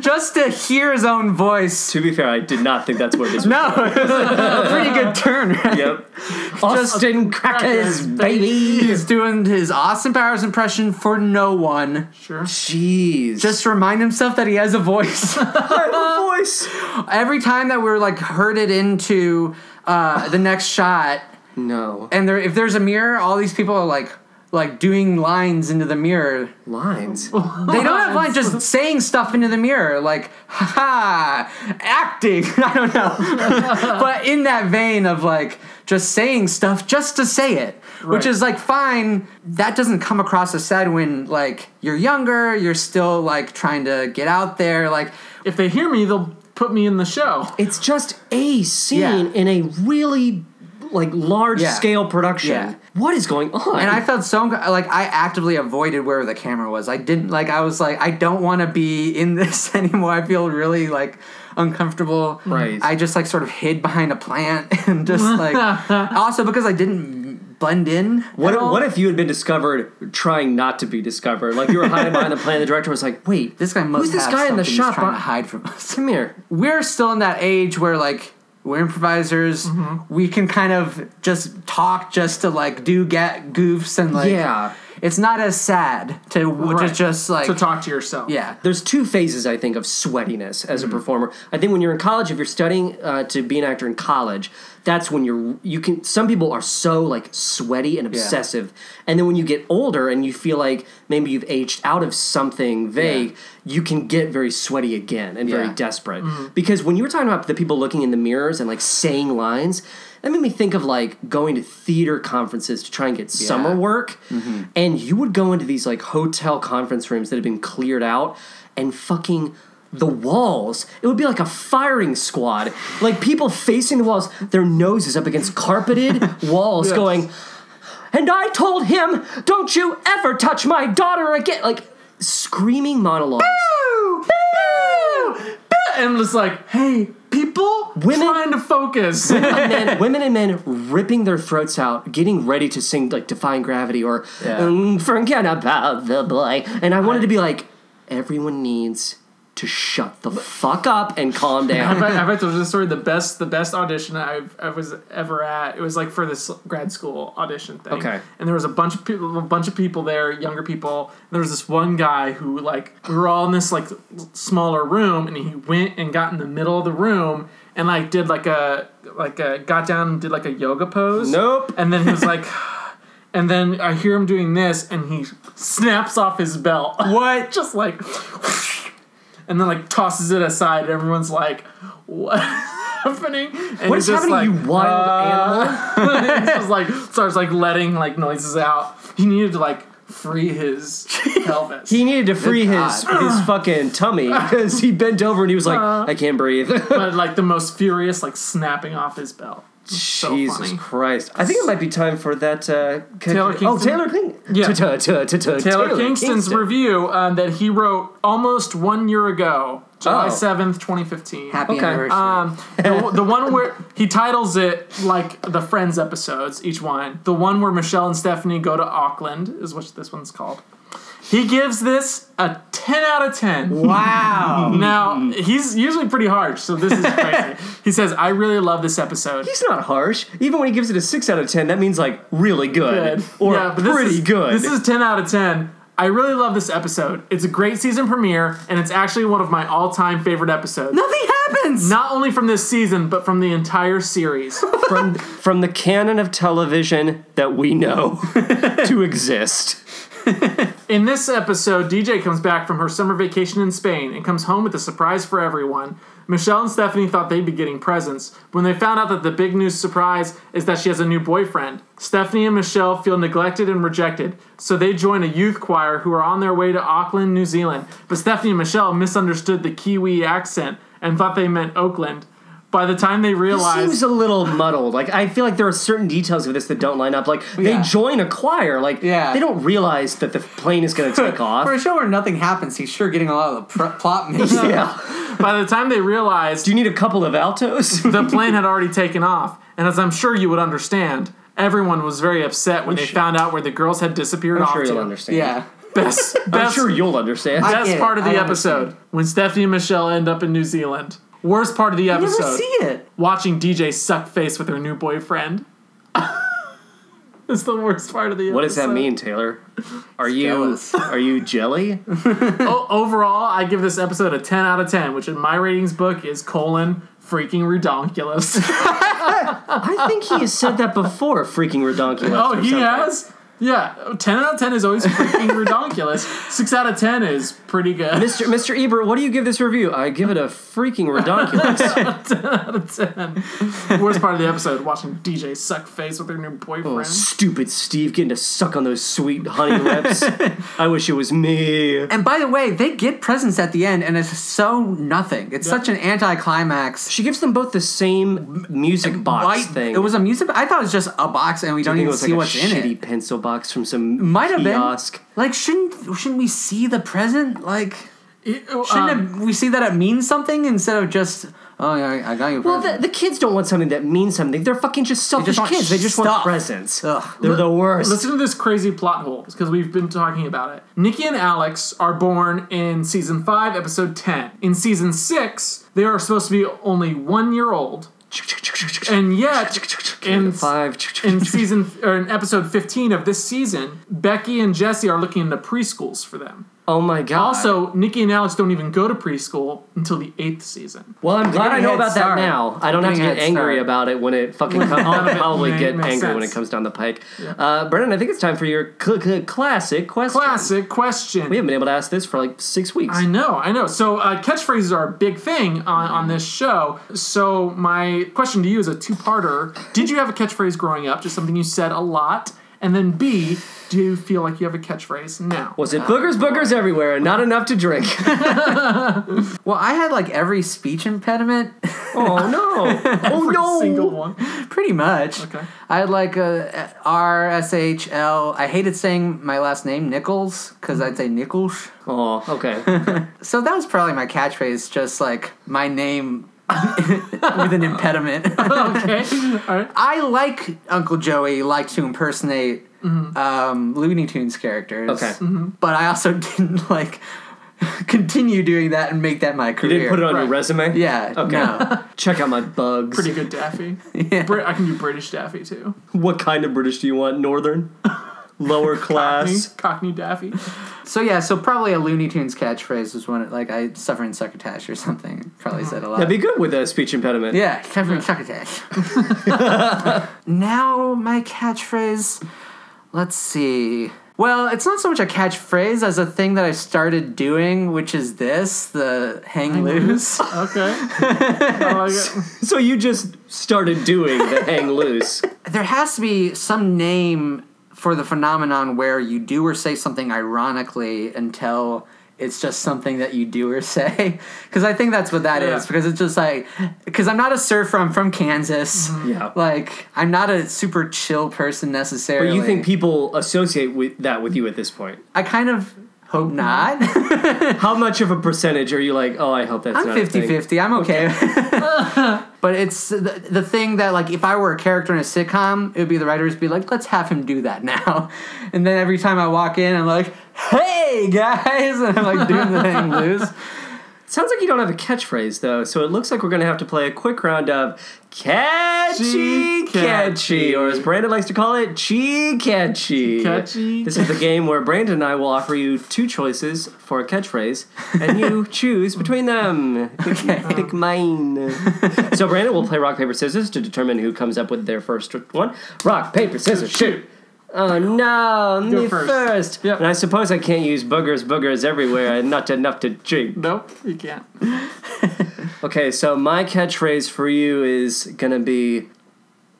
S4: Just to hear his own voice. *laughs*
S2: To be fair, I did not think that's where this was.
S4: No, *laughs* it was a pretty good turn, right?
S2: Yep. Austin Crackers, baby.
S4: He's doing his Austin Powers impression for no one.
S3: Sure.
S2: Jeez.
S4: *laughs* Just to remind himself that he has a voice. *laughs*
S2: my voice.
S4: Every time that we're like herded into uh, the next shot,
S2: No.
S4: and there if there's a mirror, all these people are like like doing lines into the mirror.
S2: Lines.
S4: They don't have like just saying stuff into the mirror, like "ha ha," acting. *laughs* I don't know, but in that vein of like just saying stuff just to say it, which
S3: Right.
S4: is like fine. That doesn't come across as sad when like you're younger, you're still like trying to get out there. Like
S3: If they hear me, they'll put me in the show.
S2: It's just a scene
S4: Yeah.
S2: in a really like large
S4: Yeah.
S2: scale production.
S4: Yeah.
S2: What is going on?
S4: and I felt so like I actively avoided where the camera was. I didn't like I was like I don't want to be in *laughs* this anymore. I feel really like uncomfortable.
S2: Right.
S4: I just like sort of hid behind a plant *laughs* and
S2: *laughs*
S4: just like also because I didn't blend in.
S2: What,
S4: at all,
S2: what if you had been discovered trying not to be discovered? Like you were hiding behind a plan. The director was like, "Wait,
S4: this guy must
S2: who's this
S4: have
S2: guy in the
S4: something he's
S2: shop?
S4: trying
S2: I-
S4: to hide from us? *laughs*
S2: Come here."
S4: We're still in that age where like we're improvisers.
S2: Mm-hmm.
S4: We can kind of just talk just to like do get goofs and like
S2: Yeah.
S4: It's not as sad to
S3: Right.
S4: to just like
S3: to talk to yourself.
S4: yeah.
S2: There's two phases, I think, of sweatiness as a performer. I think when you're in college, if you're studying uh, to be an actor in college, that's when you're you can. Some people are so like sweaty and obsessive, and then when you get older and you feel like maybe you've aged out of something vague, you can get very sweaty again and very
S4: Yeah.
S2: desperate. Because when you were talking about the people looking in the mirrors and like saying lines. That made me think of like going to theater conferences to try and get summer work. And you would go into these like hotel conference rooms that had been cleared out and fucking the walls. It would be like a firing squad. Like people facing the walls, their noses up against carpeted walls going, and I told him, don't you ever touch my daughter again. Like screaming monologues.
S3: Boo! Boo! And I'm just like, hey, people
S2: Women-
S3: trying to
S4: *laughs*
S3: focus.
S2: and *laughs* men, women and men ripping their throats out, getting ready to sing like "Defying Gravity" or "Mm, "Forget About the Boy." And I wanted to be like, everyone needs to shut the fuck up and calm *laughs*
S3: I've,
S2: down.
S3: I've told you this story. The best, the best audition I've, I was ever at. It was like for this grad school audition thing.
S2: Okay.
S3: And there was a bunch of people, a bunch of people there, younger people. And there was this one guy who, like, we were all in this like smaller room, and he went and got in the middle of the room and like did like a like a got down and did like a yoga pose.
S2: Nope.
S3: And then he was like. *sighs* And then I hear him doing this, and he snaps off his belt. What? Just like, and then like tosses it aside. And everyone's like, "What?" happening and
S2: What is
S3: he's
S2: uh,
S3: just
S2: happening,
S3: like,
S2: you wild animal?
S3: he's just like starts like letting like noises out he needed to like
S2: *laughs*
S3: free his pelvis
S2: He needed to free
S4: God.
S2: his his fucking *laughs* tummy because he bent over and he was like, Uh. "I can't *laughs* breathe."
S3: but like the most furious like snapping off his belt so
S2: Jesus
S3: funny.
S2: Christ! I think it might be time for that. Uh,
S3: Taylor
S2: Oh,
S3: Kingston?
S2: Taylor Kingston.
S3: Yeah.
S2: Taylor
S3: Taylor, Kingston's review um, that he wrote almost one year ago, July
S2: Oh.
S3: 7th, 2015.
S4: Happy
S2: Okay.
S4: anniversary.
S3: Um, the, the one where he titles it like the Friends episodes, each one. The one where Michelle and Stephanie go to Auckland is what this one's called. He gives this a 10 out of 10.
S4: Wow.
S3: Now, he's usually pretty harsh, so this is crazy. he says, I really love this episode.
S2: He's not harsh. Even when he gives it a six out of ten, that means like really good,
S3: Good.
S2: or
S3: Yeah, but this
S2: pretty
S3: is-
S2: good.
S3: This is 10 out of 10. I really love this episode. It's a great season premiere, and it's actually one of my all time favorite episodes.
S4: Nothing happens.
S3: Not only from this season, but from the
S2: *laughs*
S3: entire series.
S2: from from the canon of television that we
S3: *laughs*
S2: know to exist.
S3: In this episode, DJ comes back from her summer vacation in Spain and comes home with a surprise for everyone. Michelle and Stephanie thought they'd be getting presents, but when they found out that the big news surprise is that she has a new boyfriend, Stephanie and Michelle feel neglected and rejected, so they join a youth choir who are on their way to Auckland, New Zealand. But Stephanie and Michelle misunderstood the Kiwi accent and thought they meant Oakland. By the time they realized,
S2: Seems a little muddled. Like I feel like there are certain details of this that don't line up. Like
S4: Yeah.
S2: they join a choir. Like
S4: Yeah.
S2: they don't realize that the plane is going
S3: *laughs*
S2: to take
S4: For
S2: off.
S4: a show where nothing happens, he's sure getting a lot of the pr- *laughs* plot mixed up.
S2: yeah.
S3: by the time they realized,
S2: Do you need a couple of altos?
S3: *laughs* the plane had already taken off, and as I'm sure you would understand, everyone was very upset when they found out where the girls had disappeared
S2: I'm
S3: off
S2: sure
S3: to.
S2: you'll understand.
S4: Yeah.
S3: Best,
S2: *laughs* I'm
S3: best,
S2: sure you'll understand.
S4: I
S3: best
S4: get it.
S3: part of
S4: I
S3: the
S4: understand.
S3: episode when Stephanie and Michelle end up in New Zealand. Worst part of the
S4: You
S3: episode:
S4: never see it.
S3: watching DJ suck face with her new boyfriend. *laughs* it's the worst part of the.
S2: what does that
S3: episode.
S2: mean, Taylor? Are you
S4: jealous.
S2: are you jelly?
S3: O- overall, I give this episode a 10 out of 10, which in my ratings book is colon freaking redonkulous. *laughs*
S2: I think he has said that before. Freaking redonkulous.
S3: Oh,
S2: or
S3: he
S2: something.
S3: has. Yeah, ten out of ten is always freaking redonkulous. Six out of ten is pretty good.
S2: Mr. Mr. Ebert, what do you give this review? I give it a freaking
S4: *laughs*
S2: redonkulous.
S3: *laughs* ten. Worst part of the episode: watching DJ suck face with her new boyfriend.
S2: Stupid Steve getting to suck on those sweet honey
S4: *laughs*
S2: lips. I wish it was me.
S4: And by the way, they get presents at the end, and it's so nothing. It's such an anticlimax.
S2: She gives them both the same music box thing.
S4: It was a music. I thought it was just a box, and we
S2: I
S4: don't
S2: think it
S4: even
S2: was
S4: see
S2: like
S4: what's
S2: a
S4: in
S2: shitty
S4: it.
S2: pencil box from some
S4: Might have
S2: kiosk.
S4: been like shouldn't shouldn't we see the present? Like
S3: Ew,
S4: shouldn't
S3: um,
S4: it- we see that it means something instead of just oh yeah, I- I got you. a
S2: Well, the,
S4: present."
S2: the kids don't want something that means something. They're fucking just selfish
S4: want
S2: kids. They just want
S4: stuff.
S2: presents.
S4: Ugh.
S2: They're the worst.
S3: Listen to this crazy plot hole because we've been talking about it. Nikki and Alex are born in season five, episode ten. In season six, they are supposed to be only one year old, and yet
S2: *laughs*
S3: in
S2: Five.
S3: in season or in episode 15 of this season, Becky and Jesse are looking into preschools for them.
S2: oh my god.
S3: Also, Nikki and Alex don't even go to preschool until the eighth season.
S2: well, I'm glad I
S4: getting
S2: know
S4: a
S2: about
S4: head
S2: that
S4: start.
S2: now. I don't have to
S4: Getting a
S2: get
S4: head
S2: angry
S4: start.
S2: about it when it fucking comes. I'll
S3: None of
S2: *laughs*
S3: it
S2: probably
S3: ma-
S2: get
S3: makes
S2: angry when it
S3: sense.
S2: comes down the pike. Uh, Brennan, I think it's time for your cl- cl- classic question.
S3: Classic question.
S2: We haven't been able to ask this for like six weeks.
S3: I know, I know. So uh, catchphrases are a big thing on, on this show. So my question to you is a two-parter. Did you have a catchphrase growing up? Just something you said a lot? And then B, do you feel like you have a catchphrase now?
S2: Was it boogers, boogers everywhere, and not enough to drink?
S4: well, I had like every speech impediment, *laughs*
S2: oh no! Oh no!
S3: Single one.
S4: pretty much.
S3: Okay.
S4: I had like a R S H L. I hated saying my last name Nichols because I'd say Nichols.
S2: *laughs* Oh, okay.
S4: So that was probably my catchphrase, just like my name *laughs* with an impediment.
S3: Okay. All right.
S4: I like Uncle Joey liked to impersonate um, Looney Tunes characters.
S2: Okay.
S4: But I also *laughs* didn't like continue doing that and make that my career.
S2: Didn't put it on your
S3: Right.
S2: resume.
S4: Yeah.
S2: Okay. *laughs*
S4: No.
S2: Check out my bugs.
S3: Pretty good Daffy. Brit- I can do British Daffy too.
S2: *laughs* What kind of British do you want? Northern, lower class.
S3: Cockney Daffy.
S4: so yeah, so probably a Looney Tunes catchphrase was one like I suffer in succotash or something. Probably said a lot.
S2: That'd be good with a speech impediment.
S4: Yeah, suffer in succotash. *laughs* now my catchphrase. Let's see. Well, it's not so much a catchphrase as a thing that I started doing, which is this the hang
S2: *laughs*
S4: loose.
S3: Okay. Oh, I like it.
S2: So you just started doing the hang loose.
S4: there has to be some name for the phenomenon where you do or say something ironically until it's just something that you do or *laughs* say because i think that's what that is.
S3: Yeah.
S4: because it's just like because i'm not a surfer i'm from kansas
S2: Yeah.
S4: like i'm not a super chill person necessarily
S2: But you think people associate with that with you at this point?
S4: i kind of Hope not.
S2: How much of a percentage are you like, oh, I hope that's
S4: I'm
S2: not a thing?
S4: 50 50. I'm okay. *laughs* but it's the, the thing that, like, if I were a character in a sitcom, it would be the writers be like, let's have him do that now. *laughs* And then every time I walk in, I'm like, hey, guys. *laughs* And I'm like doing the thing
S3: *laughs*
S4: loose.
S2: Sounds like you don't have a catchphrase though, so it looks like we're gonna have to play a quick round of catchy,
S3: Gee,
S2: catchy,
S3: catchy.
S2: or as Brandon likes to call it, gee catchy.
S3: Catchy.
S2: This is the game where Brandon and I will offer you two choices for a catchphrase, and you choose between them. Okay. *laughs* Pick mine. so Brandon will play rock paper scissors to determine who comes up with their first one. Rock paper scissors shoot. Oh no,
S3: Go
S2: me first.
S3: first. Yep.
S2: And I suppose I can't use boogers, boogers everywhere, and not enough to drink.
S3: Nope, you can't.
S2: Okay, so my catchphrase for you is gonna be,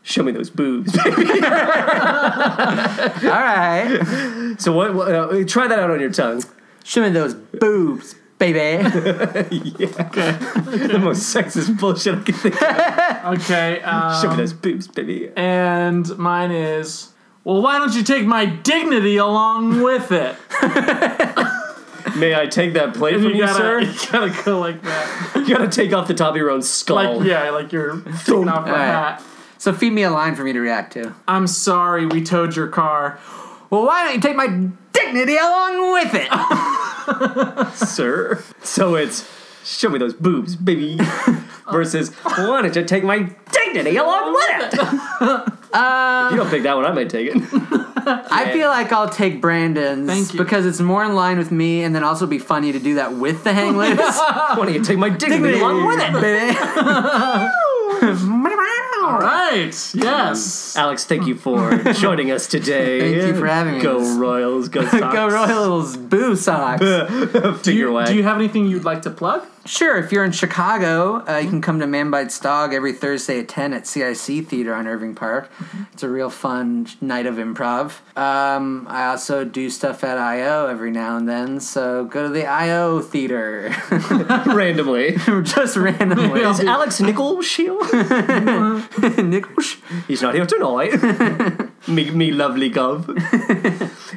S2: "Show me those boobs." *laughs*
S4: All right.
S2: so what? what uh, try that out on your tongue. *laughs*
S4: Show me those boobs, baby.
S3: *laughs*
S2: the most sexist bullshit I can think. of.
S3: Okay. Um,
S2: Show me those boobs, baby.
S3: And mine is, well, why don't you take my dignity along with it?
S2: May I take that plate from you,
S3: gotta,
S2: sir?
S3: you gotta go like that.
S2: You gotta take off the top of your own skull.
S3: Like, yeah, like you're taking off a
S4: Alright.
S3: hat.
S4: so feed me a line for me to react to.
S3: I'm sorry we towed your car.
S4: Well, why don't you take my dignity along with
S3: *laughs*
S4: it?
S2: sir. So it's, "Show me those boobs,
S3: *laughs*
S2: baby," versus, "Why don't you take my dignity along
S3: *laughs*
S2: with it?" If you don't pick that one, I might take it.
S4: Uh, I feel like I'll take Brandon's
S3: Thank you.
S4: because it's more in line with me and then also be funny to do that with the
S3: *laughs*
S4: hang loose.
S2: Why don't you take my dignity along with
S4: *laughs*
S2: it?
S3: All right. Yes.
S2: Alex, thank you for joining us today.
S4: Thank you for having
S2: go
S4: us.
S2: Royals, go Sox.
S4: Go Royals, boo socks.
S2: Figure
S3: Do you,
S2: wag.
S3: do you have anything you'd like to plug?
S4: Sure, if you're in Chicago, uh, you can come to Man Bites Dog every Thursday at 10 at CIC Theater on Irving Park. It's a real fun sh- night of improv. Um, I also do stuff at IO every now and then, so go to the IO Theater *laughs*
S2: randomly?
S3: *laughs*
S4: just randomly.
S2: Is Alex Nichols here?
S4: Nick, whoosh.
S2: He's not here tonight. me, me lovely gov.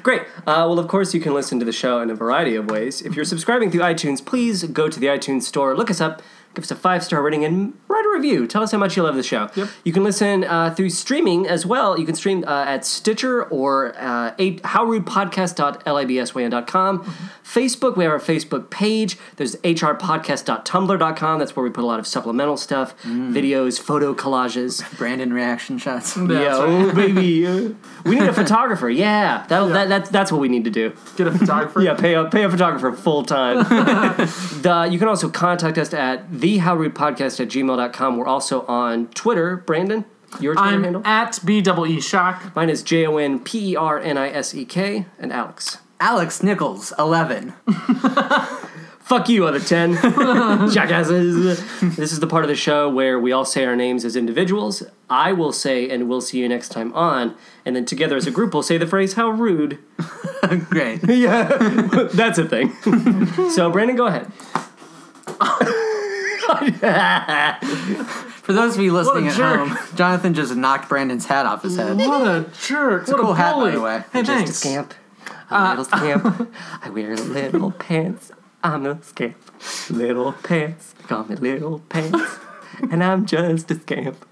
S2: Great. Uh, well, of course, you can listen to the show in a variety of ways. If you're subscribing through iTunes, please go to the iTunes store, look us up, give us a five star rating, and write a review. Tell us how much you love the show.
S3: Yep.
S2: You can listen uh, through streaming as well. You can stream uh, at Stitcher or uh, eight, howrudepodcast.libswan.com. Facebook, we have our Facebook page. There's hrpodcast.tumblr.com. That's where we put a lot of supplemental stuff, videos, photo collages.
S4: Brandon reaction shots.
S3: That's
S2: Yo, oh,
S3: *laughs*
S2: baby. We need a photographer. Yeah, that, That, that's that's what we need to do.
S3: Get a photographer.
S2: Yeah, pay a pay a photographer full
S3: *laughs*
S2: time. the, you can also contact us at thehowrudepodcast at gmail.com. We're also on Twitter. Brandon, your Twitter
S3: I'm
S2: handle?
S3: at B double E Shock.
S2: Mine is J O N P E R N I S E K and Alex.
S4: Alex Nichols, 11.
S2: Fuck you, other
S3: *laughs*
S2: 10. Jackasses. This is the part of the show where we all say our names as individuals. I will say, and we'll see you next time on. And then together as a group, we'll say the phrase, how rude.
S4: *laughs* Great.
S2: Yeah, *laughs* that's a thing. so, Brandon, go ahead.
S4: For those of you listening at
S3: jerk. Mm-hmm.
S4: home, Jonathan just knocked Brandon's hat off his head.
S3: What a jerk. What a,
S4: cool
S3: bully.
S4: hat, by the way.
S3: Hey,
S2: Just
S3: thanks.
S2: a scamp. A little scamp. Uh, *laughs* I wear little pants. I'm a scamp. Little pants. Call me little *laughs* pants. and I'm just a scamp.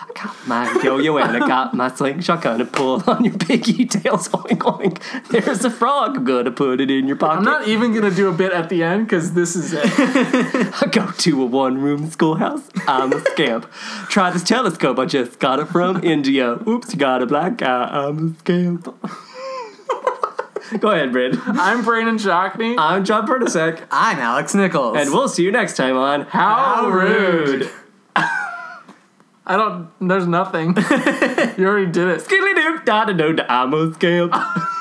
S2: I got my yo-yo and I got my slingshot. Gonna pull on your piggy tails. Oink, oink. There's a frog. I'm gonna put it in your pocket.
S3: I'm not even gonna do a bit at the end because this is it.
S2: I *laughs* go to a one room schoolhouse. I'm a scamp. Try this telescope. I just got it from India. Oops, got a black eye. I'm a scamp. *laughs* go ahead, Brad.
S3: I'm Brandon Shockney.
S2: I'm John Pertasek,
S4: I'm Alex Nichols.
S2: and we'll see you next time on
S3: How rude. *laughs* I *laughs* don't. There's nothing. you already did it.
S2: Skiddly doop da da do da. I'm a scamp.